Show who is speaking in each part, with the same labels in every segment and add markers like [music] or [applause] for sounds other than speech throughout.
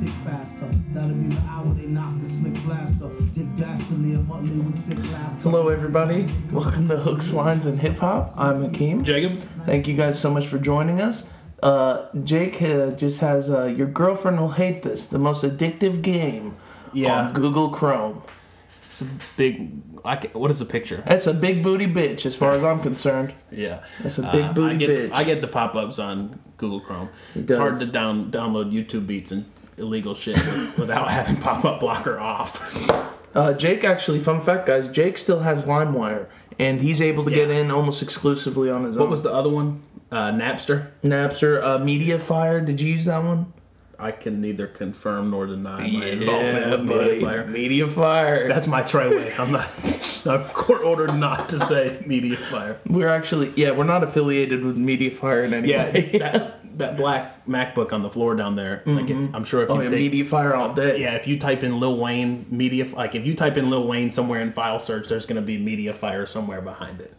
Speaker 1: disaster. That'll be the hour they knock the slick blaster. Dick Dastardly and Muttley with sick laughter.
Speaker 2: Hello, everybody. Welcome to Hooks, Lines, and Hip Hop. I'm Akeem.
Speaker 3: Jacob?
Speaker 2: Thank you guys so much for joining us. Uh, Jake uh, just has uh, Your Girlfriend Will Hate This, the most addictive game
Speaker 3: Yeah.
Speaker 2: on Google Chrome.
Speaker 3: It's a big. I can, what is the picture?
Speaker 2: That's a big booty bitch, as far as I'm concerned.
Speaker 3: Yeah. Uh,
Speaker 2: That's a big booty
Speaker 3: I get,
Speaker 2: bitch.
Speaker 3: I get the pop ups on Google Chrome. It's
Speaker 2: does.
Speaker 3: hard to down download YouTube beats and illegal shit without [laughs] having pop up blocker off.
Speaker 2: Uh, Jake, actually, fun fact, guys, Jake still has LimeWire, and he's able to get in almost exclusively on his
Speaker 3: What
Speaker 2: own.
Speaker 3: was the other one? Uh, Napster?
Speaker 2: Napster uh, MediaFire? Did you use that one?
Speaker 3: I can neither confirm nor deny my
Speaker 2: Yeah,
Speaker 3: involvement
Speaker 2: buddy.
Speaker 3: with Mediafire.
Speaker 2: MediaFire.
Speaker 3: That's my treyway. I'm not. [laughs] I'm court ordered not to say Mediafire.
Speaker 2: We're actually, yeah, we're not affiliated with MediaFire in any
Speaker 3: Yeah,
Speaker 2: way.
Speaker 3: that, that black MacBook on the floor down there. Like, if, I'm sure
Speaker 2: [laughs]
Speaker 3: if
Speaker 2: Oh,
Speaker 3: you
Speaker 2: yeah,
Speaker 3: pick-
Speaker 2: MediaFire all day.
Speaker 3: Yeah, if you type in Lil Wayne media, like if you type in Lil Wayne somewhere in file search, there's gonna be media fire somewhere behind it.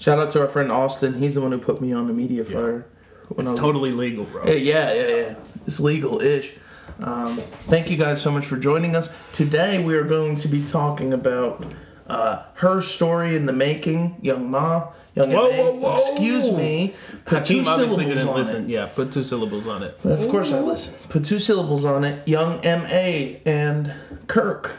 Speaker 2: Shout out to our friend Austin. He's the one who put me on the MediaFire. when I
Speaker 3: It's
Speaker 2: was-
Speaker 3: totally legal, bro.
Speaker 2: Yeah, yeah, yeah, yeah. It's legal ish. Um, thank you guys so much for joining us. Today we are going to be talking about uh, her story in the making, Young Ma. Young
Speaker 3: Whoa,
Speaker 2: Ma.
Speaker 3: whoa, whoa.
Speaker 2: Excuse me. Put
Speaker 3: Hakeem
Speaker 2: two
Speaker 3: obviously
Speaker 2: syllables
Speaker 3: didn't
Speaker 2: on
Speaker 3: listen.
Speaker 2: it.
Speaker 3: Yeah, put two syllables on it.
Speaker 2: Of course I listen. Put two syllables on it. Young M A and Kirk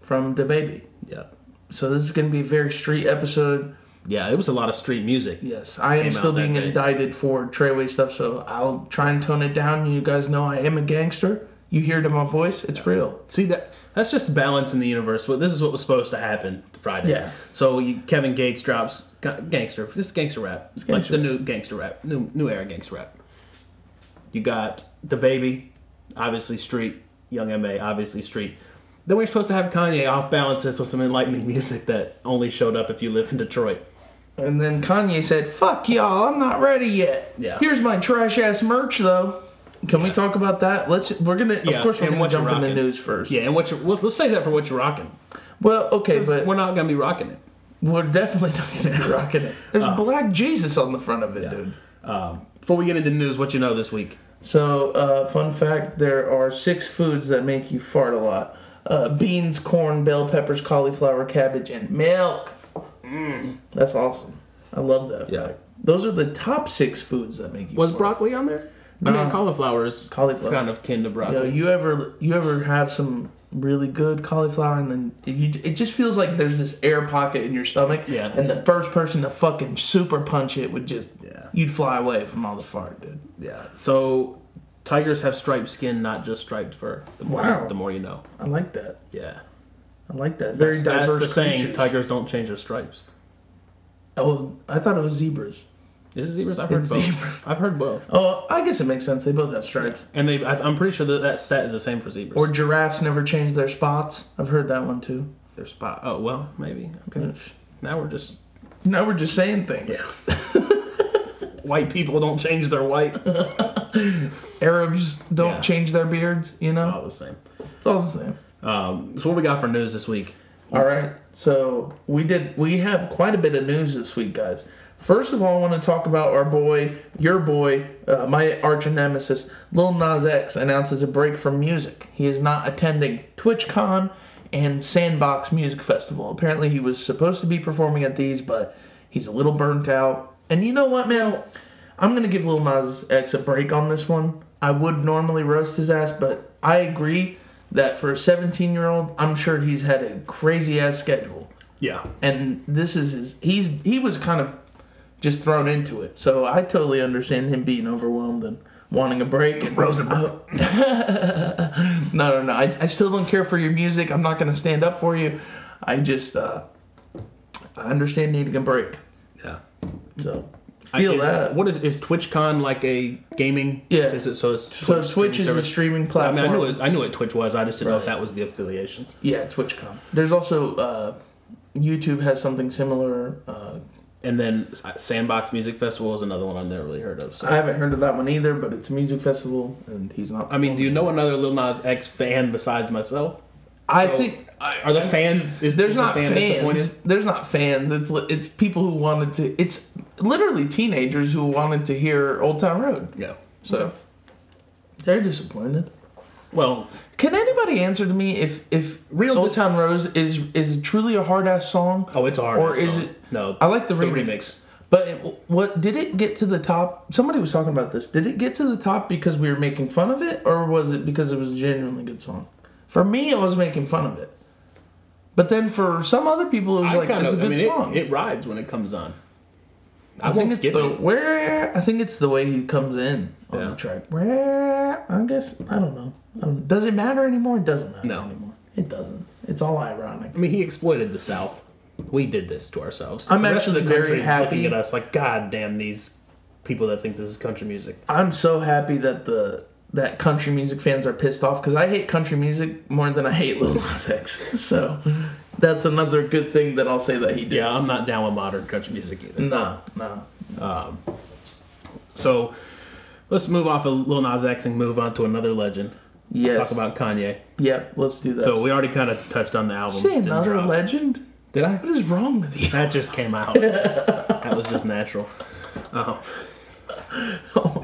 Speaker 2: from the baby.
Speaker 3: Yeah,
Speaker 2: So this is going to be a very street episode.
Speaker 3: yeah. It was a lot of street music.
Speaker 2: Yes, I am
Speaker 3: Came out
Speaker 2: still
Speaker 3: that
Speaker 2: being
Speaker 3: day.
Speaker 2: indicted for Treyway stuff, so I'll try and tone it down. You guys know I am a gangster. You hear it in my voice, it's real.
Speaker 3: See that? That's just balance in the universe. But this is what was supposed to happen Friday.
Speaker 2: Yeah.
Speaker 3: So you, Kevin Gates drops ga- gangster. This is gangster rap. It's like
Speaker 2: gangster
Speaker 3: the new gangster rap, new new era gangster rap. You got the baby, obviously street. Young Ma, obviously street. Then we are supposed to have Kanye off balance this with some enlightening music that only showed up if you live in Detroit.
Speaker 2: And then Kanye said, Fuck y'all, I'm not ready yet.
Speaker 3: Yeah.
Speaker 2: Here's my trash ass merch though. Can we talk about that? Let's we're gonna of
Speaker 3: Yeah,
Speaker 2: course we're
Speaker 3: and
Speaker 2: gonna
Speaker 3: what you
Speaker 2: jump in the
Speaker 3: rockin'.
Speaker 2: news first.
Speaker 3: Yeah, and what you well, let's say that for what you're rocking.
Speaker 2: Well, okay, but
Speaker 3: We're
Speaker 2: we're,
Speaker 3: not gonna be rocking it.
Speaker 2: definitely not gonna be rocking it. There's
Speaker 3: Uh.
Speaker 2: black Jesus on the front of it, dude.
Speaker 3: Um, before we get into the news, what you know this week?
Speaker 2: So, uh, fun fact: there are six foods that make you fart a lot: uh, beans, corn, bell peppers, cauliflower, cabbage, and milk.
Speaker 3: Mm.
Speaker 2: That's awesome. I love that.
Speaker 3: Yeah.
Speaker 2: Fact. Those are the top six foods that make you.
Speaker 3: Was
Speaker 2: fart.
Speaker 3: broccoli on there? I mean, cauliflower is
Speaker 2: Cauliflower.
Speaker 3: kind of kin to
Speaker 2: You, know,
Speaker 3: broccoli.
Speaker 2: you ever you ever have some really good cauliflower and then you, it just feels like there's this air pocket in your stomach.
Speaker 3: Yeah.
Speaker 2: And the first person to fucking super punch it would just
Speaker 3: Yeah.
Speaker 2: you'd fly away from all the fart, dude.
Speaker 3: Yeah. So tigers have striped skin, not just striped fur. The more,
Speaker 2: Wow.
Speaker 3: The more you know.
Speaker 2: I like that.
Speaker 3: Yeah.
Speaker 2: I like that. Very
Speaker 3: that's,
Speaker 2: diverse.
Speaker 3: That's the saying.
Speaker 2: creatures.
Speaker 3: Tigers don't change their stripes.
Speaker 2: Oh, I thought it was zebras.
Speaker 3: Is it zebras? I've heard
Speaker 2: It's
Speaker 3: both.
Speaker 2: zebra.
Speaker 3: I've heard both.
Speaker 2: Oh, I guess it makes sense. They both have stripes.
Speaker 3: And they, I, I'm pretty sure that that stat is the same for zebras.
Speaker 2: Or giraffes never change their spots. I've heard that one too.
Speaker 3: their spot. Oh well, maybe. Okay. Now we're just
Speaker 2: No, we're just saying things.
Speaker 3: white people don't change
Speaker 2: [laughs]
Speaker 3: their white. It's
Speaker 2: Arabs don't
Speaker 3: Yeah.
Speaker 2: change their beards. You know,
Speaker 3: all the same.
Speaker 2: it's all the same.
Speaker 3: Um, so what we got for news this week?
Speaker 2: All right. So we did. We have quite a bit of news this week, guys. First of all, I want to talk about our boy, your boy, uh, my arch nemesis, Lil Nas X, announces a break from music. He is not attending TwitchCon and Sandbox Music Festival. Apparently, he was supposed to be performing at these, but he's a little burnt out. And you know what, man? I'm gonna give Lil Nas X a break on this one. I would normally roast his ass, but I agree that for a 17 year old, I'm sure he's had a crazy ass schedule,
Speaker 3: Yeah.
Speaker 2: and this is his. He's he was kind of just thrown into it, so I totally understand him being overwhelmed and wanting a break. And
Speaker 3: Rosenberg.
Speaker 2: [laughs] no, no, no. I, I still don't care for your music. I'm not gonna stand up for you. I just uh, I understand needing a break.
Speaker 3: Yeah.
Speaker 2: So
Speaker 3: I-
Speaker 2: feel
Speaker 3: is-
Speaker 2: that.
Speaker 3: What is is TwitchCon like a gaming?
Speaker 2: Yeah.
Speaker 3: Is it so? It's
Speaker 2: so Switch
Speaker 3: streaming
Speaker 2: is a
Speaker 3: service?
Speaker 2: streaming
Speaker 3: I
Speaker 2: platform.
Speaker 3: mean, I knew what, I knew what Twitch was. I just didn't know if that was the affiliation.
Speaker 2: Yeah, TwitchCon. There's also uh, YouTube has something similar. Uh,
Speaker 3: And then uh, Sandbox Music Festival is another one I've never really heard of. So.
Speaker 2: I haven't heard of that one either, but it's a music festival, and he's not.
Speaker 3: I mean, do you know another Lil Nas X fan besides myself?
Speaker 2: I
Speaker 3: So,
Speaker 2: think
Speaker 3: are the fans? Is
Speaker 2: there's
Speaker 3: is
Speaker 2: not
Speaker 3: the fan
Speaker 2: fans.
Speaker 3: disappointed?
Speaker 2: There's not fans. It's li- it's people who wanted to. It's literally teenagers who wanted to hear Old Town Road.
Speaker 3: Yeah.
Speaker 2: So they're disappointed.
Speaker 3: Well,
Speaker 2: Can anybody answer to me if if
Speaker 3: Real
Speaker 2: Old
Speaker 3: dis-
Speaker 2: Town Rose is is it truly a hard ass song?
Speaker 3: oh, it's hard.
Speaker 2: Or
Speaker 3: that
Speaker 2: is
Speaker 3: song.
Speaker 2: it?
Speaker 3: No,
Speaker 2: I like the,
Speaker 3: the
Speaker 2: remix.
Speaker 3: remix.
Speaker 2: But it, what did it get to the top? Somebody was talking about this. Did it get to the top because we were making fun of it, or was it because it was a genuinely good song? For me, I was making fun of it. But then for some other people, it was
Speaker 3: I
Speaker 2: like
Speaker 3: kind
Speaker 2: it's
Speaker 3: of.
Speaker 2: a
Speaker 3: I
Speaker 2: good
Speaker 3: mean, it-
Speaker 2: song.
Speaker 3: It, rides when it comes on. I,
Speaker 2: I
Speaker 3: won't
Speaker 2: think it's
Speaker 3: skip
Speaker 2: the
Speaker 3: it.
Speaker 2: where. I think it's the way he comes in on
Speaker 3: Yeah.
Speaker 2: the track. Where I guess I don't know. I don't- does it matter anymore? It doesn't matter
Speaker 3: No.
Speaker 2: anymore. It doesn't. It's all ironic.
Speaker 3: I mean, he exploited the South. We did this to ourselves.
Speaker 2: I'm
Speaker 3: The rest of
Speaker 2: actually very
Speaker 3: is
Speaker 2: happy-
Speaker 3: looking at us like, God damn these people that think this is country music.
Speaker 2: I'm so happy that the that country music fans are pissed off because I hate country music more than I hate Lil Nas X. [laughs] So that's another good thing that I'll say that he did.
Speaker 3: Yeah, I'm not down with modern country music either.
Speaker 2: Nah, nah.
Speaker 3: So let's move off of Lil Nas X and move on to another legend.
Speaker 2: Yes.
Speaker 3: Let's talk about Kanye.
Speaker 2: Yep. Let's do that.
Speaker 3: So we already kind of touched on the album.
Speaker 2: say
Speaker 3: Didn't
Speaker 2: another
Speaker 3: drop.
Speaker 2: legend.
Speaker 3: Did I?
Speaker 2: What is wrong with you?
Speaker 3: That just came out. that was just natural. Um,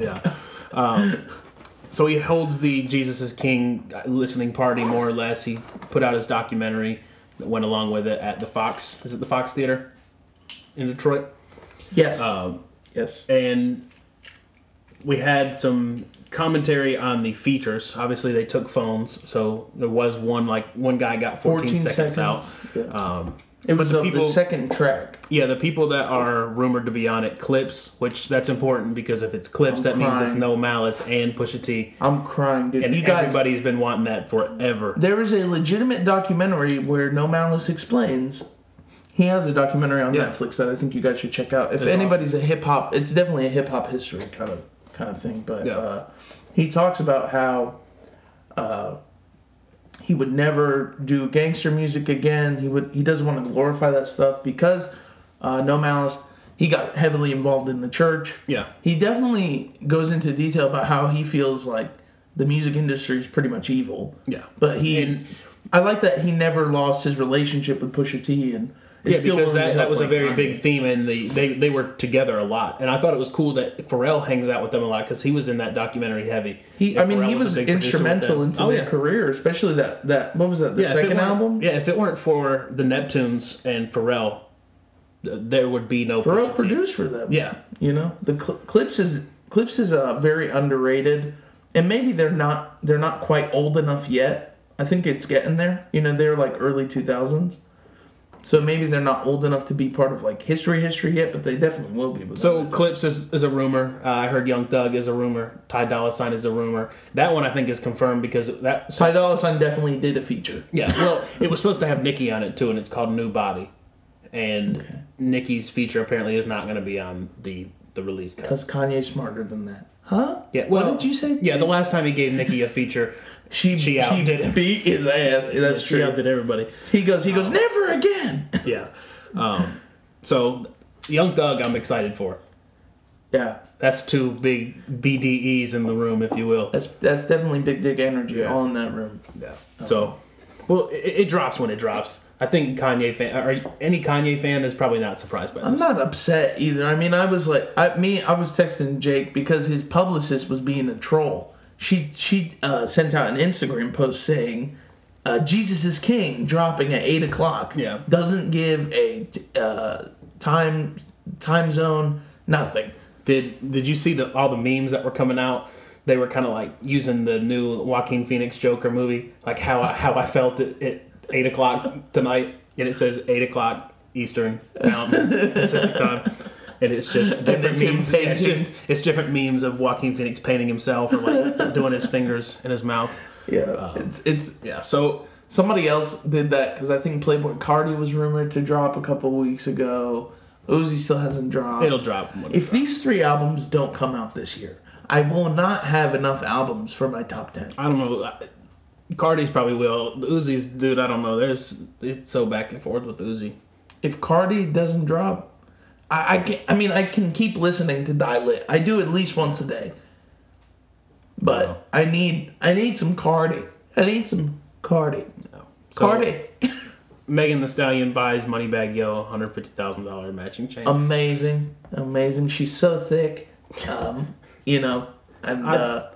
Speaker 3: yeah. Um, so he holds the Jesus is King listening party more or less. He put out his documentary that went along with it at the Fox. Is it the Fox Theater in Detroit?
Speaker 2: Yes.
Speaker 3: Um,
Speaker 2: yes.
Speaker 3: and we had some commentary on the features. Obviously, they took phones, so there was one like one guy got 14,
Speaker 2: 14
Speaker 3: seconds,
Speaker 2: seconds. Yeah.
Speaker 3: out. Um,
Speaker 2: It was
Speaker 3: the
Speaker 2: of
Speaker 3: people-
Speaker 2: the second track.
Speaker 3: yeah, the people that are rumored to be on it, clips, which that's important because if it's clips, that
Speaker 2: I'm
Speaker 3: means it's
Speaker 2: crying.
Speaker 3: no malice and Pusha T,
Speaker 2: I'm crying, dude.
Speaker 3: and
Speaker 2: you guys,
Speaker 3: everybody's been wanting that forever.
Speaker 2: there is a legitimate documentary where No Malice explains. He has a documentary on
Speaker 3: Yeah.
Speaker 2: Netflix that I think you guys should check out. If
Speaker 3: That's
Speaker 2: anybody's a hip hop, it's definitely a hip hop history kind of kind of thing. But
Speaker 3: Yeah.
Speaker 2: uh, he talks about how uh, he would never do gangster music again. He would he doesn't want to glorify that stuff because uh, No Malice he got heavily involved in the church.
Speaker 3: Yeah.
Speaker 2: He definitely goes into detail about how he feels like the music industry is pretty much evil.
Speaker 3: Yeah.
Speaker 2: But he,
Speaker 3: And-
Speaker 2: I like that he never lost his relationship with Pusha T, and is
Speaker 3: Yeah,
Speaker 2: still willing
Speaker 3: because
Speaker 2: to
Speaker 3: that, that
Speaker 2: help,
Speaker 3: was a
Speaker 2: like,
Speaker 3: very
Speaker 2: Kanye.
Speaker 3: big theme, and the, they they were together a lot. And I thought it was cool that Pharrell hangs out with them a lot because he was in that documentary heavy.
Speaker 2: He,
Speaker 3: And
Speaker 2: I mean,
Speaker 3: Pharrell
Speaker 2: he was,
Speaker 3: a big producer with
Speaker 2: instrumental
Speaker 3: them.
Speaker 2: into
Speaker 3: Oh,
Speaker 2: their
Speaker 3: yeah.
Speaker 2: career, especially that that what was that the
Speaker 3: Yeah, if it
Speaker 2: second
Speaker 3: weren't-
Speaker 2: album?
Speaker 3: Yeah, if it weren't for the Neptunes and Pharrell, th- there would be no
Speaker 2: Pharrell
Speaker 3: Pusha T.
Speaker 2: produced for them.
Speaker 3: Yeah.
Speaker 2: you know the cl- clips is clips is uh, very underrated, and maybe they're not they're not quite old enough yet. I think it's getting there. You know, they're like early two thousands. So maybe they're not old enough to be part of like history history yet, but they definitely will be. with
Speaker 3: So Clips is, is a rumor. Uh, I heard Young Thug is a rumor. Ty Dolla Sign is a rumor. That one I think is confirmed because that.
Speaker 2: Ty Dolla Sign definitely did a feature.
Speaker 3: yeah, well, it was supposed to have Nicki on it too, and it's called New Body, and Nicki's feature apparently is not going to be on the the release cut.
Speaker 2: Because Kanye's smarter than that. Huh?
Speaker 3: Yeah, well,
Speaker 2: what did you say?
Speaker 3: Yeah, the last time he gave Nicki a [laughs] feature,
Speaker 2: She,
Speaker 3: She
Speaker 2: she,
Speaker 3: outdid him.
Speaker 2: beat his ass. That's
Speaker 3: she
Speaker 2: true.
Speaker 3: outdid Oh. everybody.
Speaker 2: He goes, he goes, never again.
Speaker 3: Yeah, um, so Young Thug, I'm excited for.
Speaker 2: [laughs] yeah.
Speaker 3: That's two big BDEs in the room, if you will.
Speaker 2: That's that's definitely big dick energy all in that room.
Speaker 3: Yeah. So, well, it, it drops when it drops. I think Kanye fan or any Kanye fan is probably not surprised by
Speaker 2: I'm
Speaker 3: this.
Speaker 2: not upset either. I mean, I was like, I me, I was texting Jake because his publicist was being a troll. She she uh, sent out an Instagram post saying, uh, "Jesus is King" dropping at eight o'clock.
Speaker 3: Yeah.
Speaker 2: doesn't give a t- uh, time time zone nothing.
Speaker 3: Did Did you see the all the memes that were coming out? They were kind of like using the new Joaquin Phoenix Joker movie, like how I, how I felt at, at eight o'clock tonight, and it says eight o'clock Eastern Mountain Pacific time. And
Speaker 2: [laughs]
Speaker 3: it's just different
Speaker 2: it's him
Speaker 3: memes. Yeah, it's,
Speaker 2: painting.
Speaker 3: diff- it's different memes of Joaquin Phoenix painting himself or like doing his fingers in his mouth.
Speaker 2: Yeah, it's it's
Speaker 3: Yeah. So
Speaker 2: Somebody else did that because I think Playboy Cardi was rumored to drop a couple weeks ago. Uzi still hasn't dropped.
Speaker 3: it'll drop. when it
Speaker 2: If these three albums don't come out this year, I will not have enough albums for my top ten.
Speaker 3: I don't know. Cardi's probably will. The Uzi's, dude, I don't know. There's it's so back and forth with Uzi.
Speaker 2: If Cardi doesn't drop, I, I can. I mean, I can keep listening to Die Lit. I do at least once a day. But
Speaker 3: Wow.
Speaker 2: I need I need some Cardi. I need some Cardi.
Speaker 3: So,
Speaker 2: Cardi,
Speaker 3: Megan the Stallion buys Moneybag Yo hundred fifty thousand dollar matching chain.
Speaker 2: amazing, amazing. She's so thick. Um, you know, um, and.
Speaker 3: I-
Speaker 2: uh,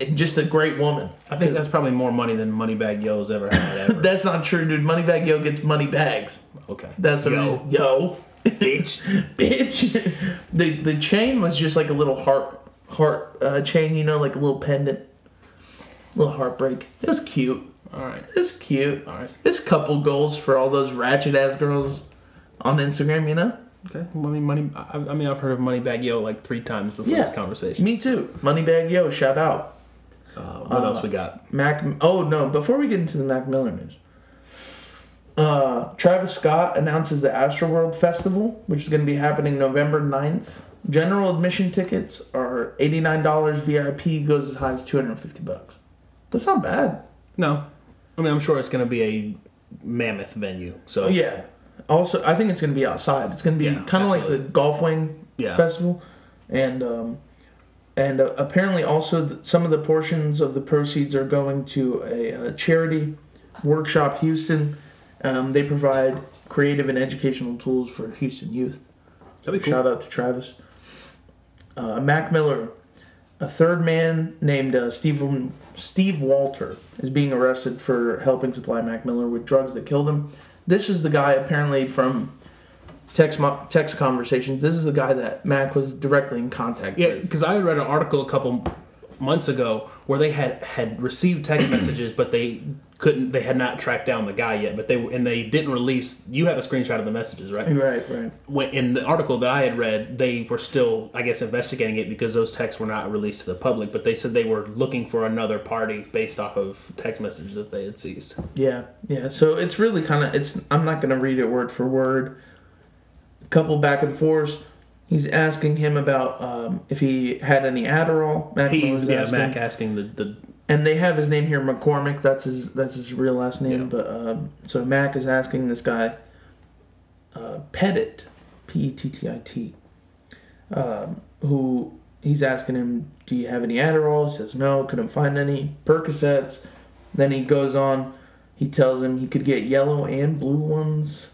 Speaker 2: and just a great woman.
Speaker 3: I think that's probably more money than Moneybag Yo's ever
Speaker 2: [laughs]
Speaker 3: had. Ever.
Speaker 2: That's not true, dude. Moneybag Yo gets money bags.
Speaker 3: Okay.
Speaker 2: That's the
Speaker 3: Yo.
Speaker 2: reason- yo, bitch, [laughs] bitch. the the chain was just like a little heart heart uh, chain, you know, like a little pendant, little heartbreak. It was cute.
Speaker 3: All right.
Speaker 2: It's cute.
Speaker 3: All right.
Speaker 2: It's couple goals for all those ratchet ass girls on Instagram, you know.
Speaker 3: Okay. Well, I mean, money. I, I mean, I've heard of Moneybag Yo like three times before
Speaker 2: Yeah.
Speaker 3: this conversation.
Speaker 2: Me too. Moneybag Yo, shout out.
Speaker 3: Uh, what else we got?
Speaker 2: Mac. Oh no! Before we get into the Mac Miller news, uh, Travis Scott announces the Astroworld Festival, which is going to be happening November 9th. General admission tickets are eighty nine dollars. VIP goes as high as two hundred fifty bucks. That's not bad.
Speaker 3: No. I mean, I'm sure it's going to be a mammoth venue. So
Speaker 2: Oh, yeah. Also, I think it's going to be outside. It's going to be
Speaker 3: Yeah,
Speaker 2: kind of like the
Speaker 3: absolutely.
Speaker 2: Golf Wing
Speaker 3: Yeah.
Speaker 2: Festival, and um, and uh, apparently also th- some of the portions of the proceeds are going to a, uh charity workshop Houston. Um, they provide creative and educational tools for Houston youth.
Speaker 3: that'd be cool.
Speaker 2: Shout out to Travis. Uh, Mac Miller, a third man named uh, Steve, Steve Walter, is being arrested for helping supply Mac Miller with drugs that killed him. This is the guy, apparently, from text, mo- text conversations. This is the guy that Mac was directly in contact
Speaker 3: Yeah,
Speaker 2: with.
Speaker 3: because I read an article a couple months ago where they had had received text [clears throat] messages, but they couldn't. They had not tracked down the guy yet, but they and they didn't release. You have a screenshot of the messages, right?
Speaker 2: Right, right.
Speaker 3: When, in the article that I had read, they were still, I guess, investigating it because those texts were not released to the public. But they said they were looking for another party based off of text messages that they had seized.
Speaker 2: Yeah, yeah. So it's really kind of it's. I'm not gonna read it word for word. couple back and forth. He's asking him about um, if he had any Adderall. Mac Miller's
Speaker 3: He's yeah,
Speaker 2: asking.
Speaker 3: Mac asking the, the
Speaker 2: and they have his name here McCormick. That's his that's his real last name.
Speaker 3: Yeah.
Speaker 2: But um, so Mac is asking this guy, uh, Pettit, P E T T I T, um, who he's asking him, do you have any Adderall? He says no, couldn't find any Percocets. Then he goes on. He tells him he could get yellow and blue ones,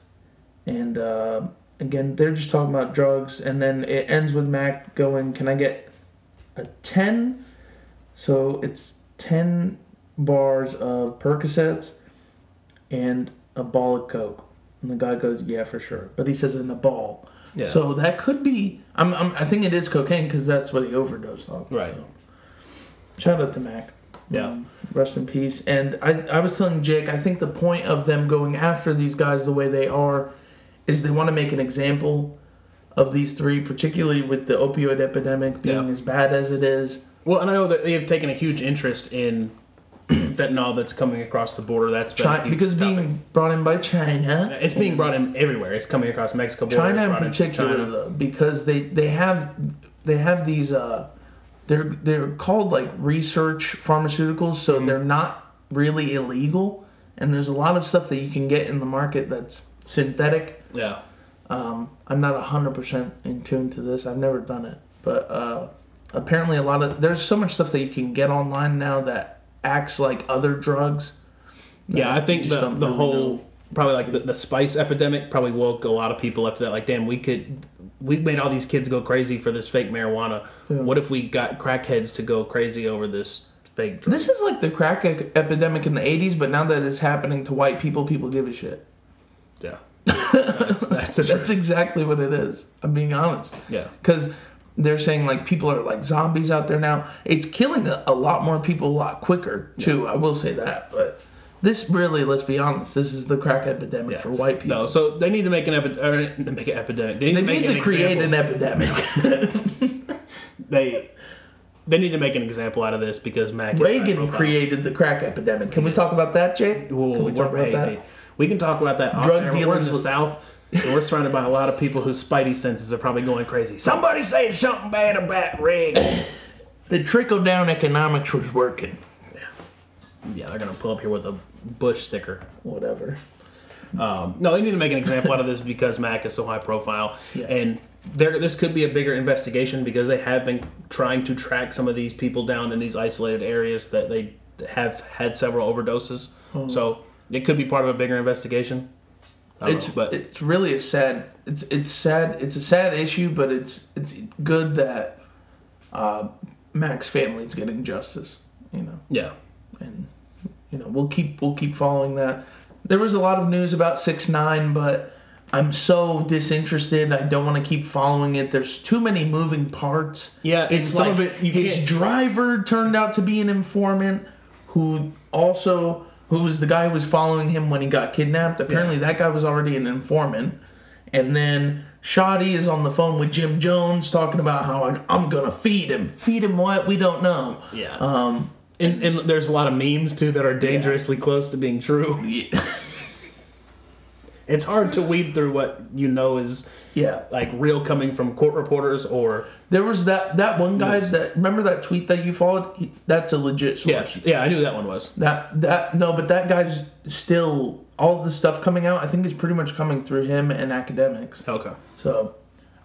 Speaker 2: and uh, again they're just talking about drugs. And then it ends with Mac going, "Can I get a ten so it's 10 bars of Percocets and a ball of Coke. And the guy goes, yeah, for sure. But he says in a ball.
Speaker 3: Yeah.
Speaker 2: So that could be, I'm, I'm, I think it is cocaine because that's what he overdosed on.
Speaker 3: Right.
Speaker 2: Shout out to Mac.
Speaker 3: Yeah.
Speaker 2: Um, rest in peace. And I, I was telling Jake, I think the point of them going after these guys the way they are is they want to make an example of these three, particularly with the opioid epidemic being
Speaker 3: Yeah.
Speaker 2: as bad as it is.
Speaker 3: Well, and I know that they have taken a huge interest in [clears throat] fentanyl that's coming across the border. That's been a
Speaker 2: China,
Speaker 3: huge
Speaker 2: because
Speaker 3: topic.
Speaker 2: being brought in by China,
Speaker 3: it's being brought in everywhere. It's coming across Mexico. border,
Speaker 2: China
Speaker 3: it's
Speaker 2: in
Speaker 3: brought into
Speaker 2: particular,
Speaker 3: China.
Speaker 2: though, because they they have they have these uh, they're they're called like research pharmaceuticals, so
Speaker 3: Mm-hmm.
Speaker 2: they're not really illegal, and there's a lot of stuff that you can get in the market that's synthetic.
Speaker 3: Yeah.
Speaker 2: Um, I'm not hundred percent in tune to this. I've never done it, but uh, apparently a lot of there's so much stuff that you can get online now that acts like other drugs.
Speaker 3: Yeah, I think
Speaker 2: you just
Speaker 3: the,
Speaker 2: don't
Speaker 3: the
Speaker 2: really
Speaker 3: whole
Speaker 2: know.
Speaker 3: probably like the, the spice epidemic probably woke a lot of people up to that. Like, damn, we could we made all these kids go crazy for this fake marijuana. What if we got crackheads to go crazy over this fake drug?
Speaker 2: This is like the crack e- epidemic in the 80s, but now that it's happening to white people, people give a shit.
Speaker 3: yeah. that's, that's
Speaker 2: [laughs]
Speaker 3: the
Speaker 2: That's
Speaker 3: truth.
Speaker 2: exactly what it is. I'm being honest.
Speaker 3: Yeah.
Speaker 2: Because they're saying like people are like zombies out there now. It's killing a, a lot more people a lot quicker, too. I will say that. But this really, let's be honest, this is the crack epidemic
Speaker 3: Yeah.
Speaker 2: for white people.
Speaker 3: No, so they need to make an epidemic. Make an epidemic. They need
Speaker 2: They
Speaker 3: to, make
Speaker 2: need
Speaker 3: an
Speaker 2: to create an
Speaker 3: example.
Speaker 2: epidemic. [laughs]
Speaker 3: [laughs] they they need to make an example out of this because Mac is high
Speaker 2: Reagan
Speaker 3: profile.
Speaker 2: created the crack epidemic. Can we talk about that, Jake?
Speaker 3: Whoa,
Speaker 2: Can we
Speaker 3: we're-
Speaker 2: talk about
Speaker 3: hey, hey,
Speaker 2: that?
Speaker 3: we can talk about that. off
Speaker 2: Drug
Speaker 3: air, but we're in
Speaker 2: dealers
Speaker 3: the
Speaker 2: with-
Speaker 3: South. and we're surrounded by a lot of people whose spidey senses are probably going crazy. Somebody say something bad about Reagan.
Speaker 2: The trickle down economics was working.
Speaker 3: yeah, they're gonna pull up here with a Bush sticker.
Speaker 2: Whatever.
Speaker 3: Um, no, they need to make an example out of this because Mac is so high profile,
Speaker 2: Yeah.
Speaker 3: and there this could be a bigger investigation because they have been trying to track some of these people down in these isolated areas that they have had several overdoses. So it could be part of a bigger investigation. I don't
Speaker 2: it's
Speaker 3: know, but
Speaker 2: it's really a sad it's it's sad it's a sad issue, but it's it's good that uh, Mac's family is getting justice. you know,
Speaker 3: Yeah.
Speaker 2: and you know we'll keep we'll keep following that. There was a lot of news about six nine, but I'm so disinterested. I don't want to keep following it. There's too many moving parts.
Speaker 3: Yeah,
Speaker 2: it's
Speaker 3: some
Speaker 2: like
Speaker 3: of it you
Speaker 2: his
Speaker 3: can't-
Speaker 2: driver turned out to be an informant who also who was the guy who was following him when he got kidnapped. Apparently, that guy was already an informant, and then. Shoddy is on the phone with Jim Jones talking about how like, I'm gonna feed him. Feed him what? We don't know.
Speaker 3: Yeah.
Speaker 2: Um,
Speaker 3: and, and there's a lot of memes too that are dangerously close to being true.
Speaker 2: yeah.
Speaker 3: It's hard to weed through what you know is
Speaker 2: [laughs] yeah.
Speaker 3: like real coming from court reporters or
Speaker 2: There was that that one guy that remember that tweet that you followed. He, that's a legit
Speaker 3: yeah,
Speaker 2: source.
Speaker 3: yeah, I knew that one was.
Speaker 2: That that no, but that guy's still all the stuff coming out. I think is pretty much coming through him and academics.
Speaker 3: Okay.
Speaker 2: So,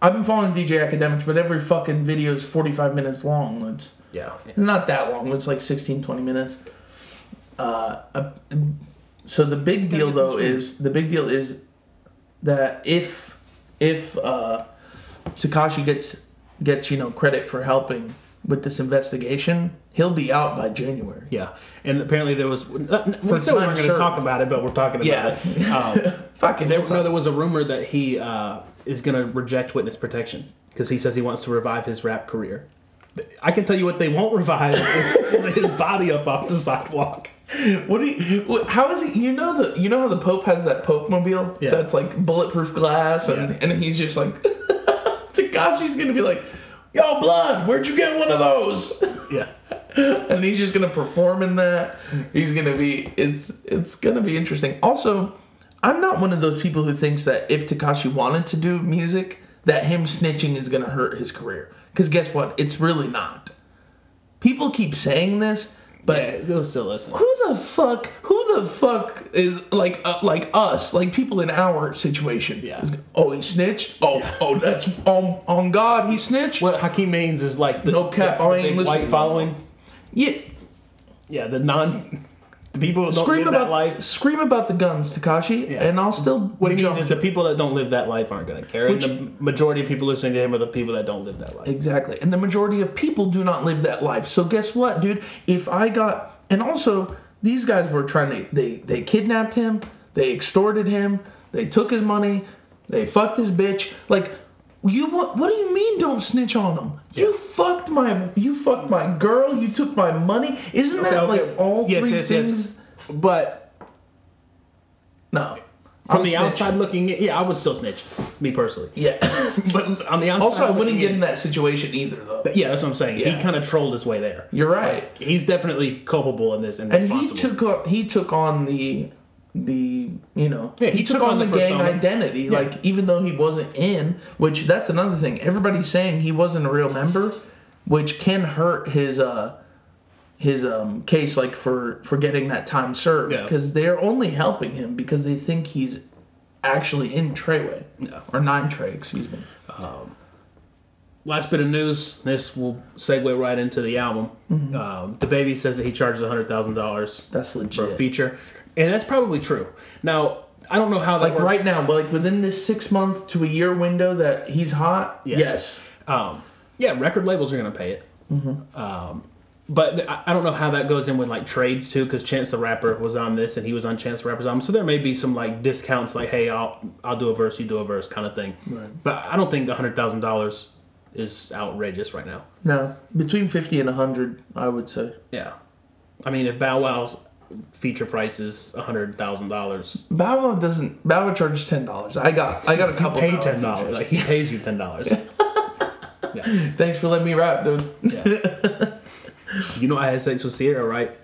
Speaker 2: I've been following DJ Academics, but every fucking video is forty five minutes long. It's
Speaker 3: Yeah.
Speaker 2: not that long. It's like 16, 20 minutes. Uh, uh, so the big deal though is the big deal is that if if uh, Takashi gets gets you know credit for helping with this investigation, he'll be out by January.
Speaker 3: Yeah. And apparently there was uh, we said we
Speaker 2: time
Speaker 3: weren't going to
Speaker 2: served.
Speaker 3: talk about it, but we're talking about
Speaker 2: Yeah.
Speaker 3: it. Um,
Speaker 2: [laughs] Fucking
Speaker 3: there, no, there was a rumor that he uh, is going to reject witness protection because he says he wants to revive his rap career. I can tell you what they won't revive is his body up off the sidewalk. [laughs]
Speaker 2: What do you? What, how is it? You know the you know how the Pope has that Pope mobile
Speaker 3: Yeah.
Speaker 2: that's like bulletproof glass, and
Speaker 3: Yeah.
Speaker 2: and he's just like [laughs] Takashi's gonna be like, "Yo, blood, where'd you get one of those?" [laughs]
Speaker 3: Yeah.
Speaker 2: and he's just gonna perform in that. He's gonna be it's it's gonna be interesting. Also, I'm not one of those people who thinks that if Takashi wanted to do music, that him snitching is gonna hurt his career. Because guess what? It's really not. People keep saying this, but
Speaker 3: Yeah, you'll still listen.
Speaker 2: who the fuck? Who the fuck is like uh, like us? Like people in our situation?
Speaker 3: Yeah.
Speaker 2: Is- Oh, he snitched. Oh, oh, that's on on God. He snitched.
Speaker 3: What Hakeem Means is like the,
Speaker 2: No cap,
Speaker 3: the,
Speaker 2: I
Speaker 3: the
Speaker 2: ain't
Speaker 3: big white
Speaker 2: listening.
Speaker 3: following.
Speaker 2: Yeah.
Speaker 3: Yeah, the non the people who don't
Speaker 2: Scream
Speaker 3: live
Speaker 2: about
Speaker 3: that life.
Speaker 2: scream about the guns, Takashi,
Speaker 3: Yeah.
Speaker 2: and I'll still.
Speaker 3: What he means
Speaker 2: jump
Speaker 3: is
Speaker 2: to
Speaker 3: the people that don't live that life aren't going to care.
Speaker 2: Which-
Speaker 3: and the majority of people listening to him are the people that don't live that life.
Speaker 2: Exactly. And the majority of people do not live that life. So guess what, dude? If I got and also these guys were trying to they they kidnapped him, they extorted him, they took his money, they fucked his bitch. Like you what what do you mean don't snitch on him? You fucked my you fucked my girl, you took my money. Isn't that
Speaker 3: Okay, okay.
Speaker 2: like all
Speaker 3: Yes,
Speaker 2: three
Speaker 3: yes, yes.
Speaker 2: things?
Speaker 3: But
Speaker 2: No.
Speaker 3: from
Speaker 2: I'm
Speaker 3: the
Speaker 2: snitching.
Speaker 3: outside looking, in, yeah, I would still snitch, me personally.
Speaker 2: Yeah. [laughs]
Speaker 3: But on the outside,
Speaker 2: also I wouldn't
Speaker 3: looking
Speaker 2: get
Speaker 3: in-
Speaker 2: in that situation either though.
Speaker 3: Yeah, that's what I'm saying.
Speaker 2: Yeah.
Speaker 3: He kind of trolled his way there.
Speaker 2: You're right.
Speaker 3: He's definitely culpable in this and,
Speaker 2: and he
Speaker 3: responsible.
Speaker 2: took on, he took on the the you know
Speaker 3: Yeah,
Speaker 2: he, took, on, the, gang
Speaker 3: persona.
Speaker 2: identity like even though he wasn't in which that's another thing everybody's saying he wasn't a real member which can hurt his uh his um case like for for getting that time served
Speaker 3: Yeah.
Speaker 2: because they're only helping him because they think he's actually in Treyway
Speaker 3: No.
Speaker 2: or non Trey excuse me
Speaker 3: Last bit of news. This will segue right into the album. Um, the baby says that he charges hundred thousand dollars
Speaker 2: Mm-hmm. that's legit
Speaker 3: for a feature, and that's probably true. Now I don't know how that
Speaker 2: like
Speaker 3: works.
Speaker 2: right now but like within this six month to a year window that he's hot
Speaker 3: Yeah.
Speaker 2: yes
Speaker 3: Um, yeah, record labels are going to pay it. Um, but th- I I don't know how that goes in with like trades too, because Chance the Rapper was on this and he was on Chance the Rapper's album, so there may be some like discounts, like hey, I'll I'll do a verse, you do a verse, kind of thing.
Speaker 2: Right.
Speaker 3: But I don't think the hundred thousand dollars is outrageous right now.
Speaker 2: No, between fifty and hundred, I would say.
Speaker 3: Yeah, I mean if Bow Wow's feature price is hundred thousand dollars,
Speaker 2: Bow Wow doesn't. Bow Wow charges ten dollars. I got. I got a couple.
Speaker 3: pay
Speaker 2: Bow Wow
Speaker 3: ten dollars, like
Speaker 2: features.
Speaker 3: he pays you ten dollars. yeah,
Speaker 2: Thanks for letting me rap, dude.
Speaker 3: [laughs]
Speaker 2: [laughs]
Speaker 3: yeah. [laughs] you know I had sex with Sierra, right?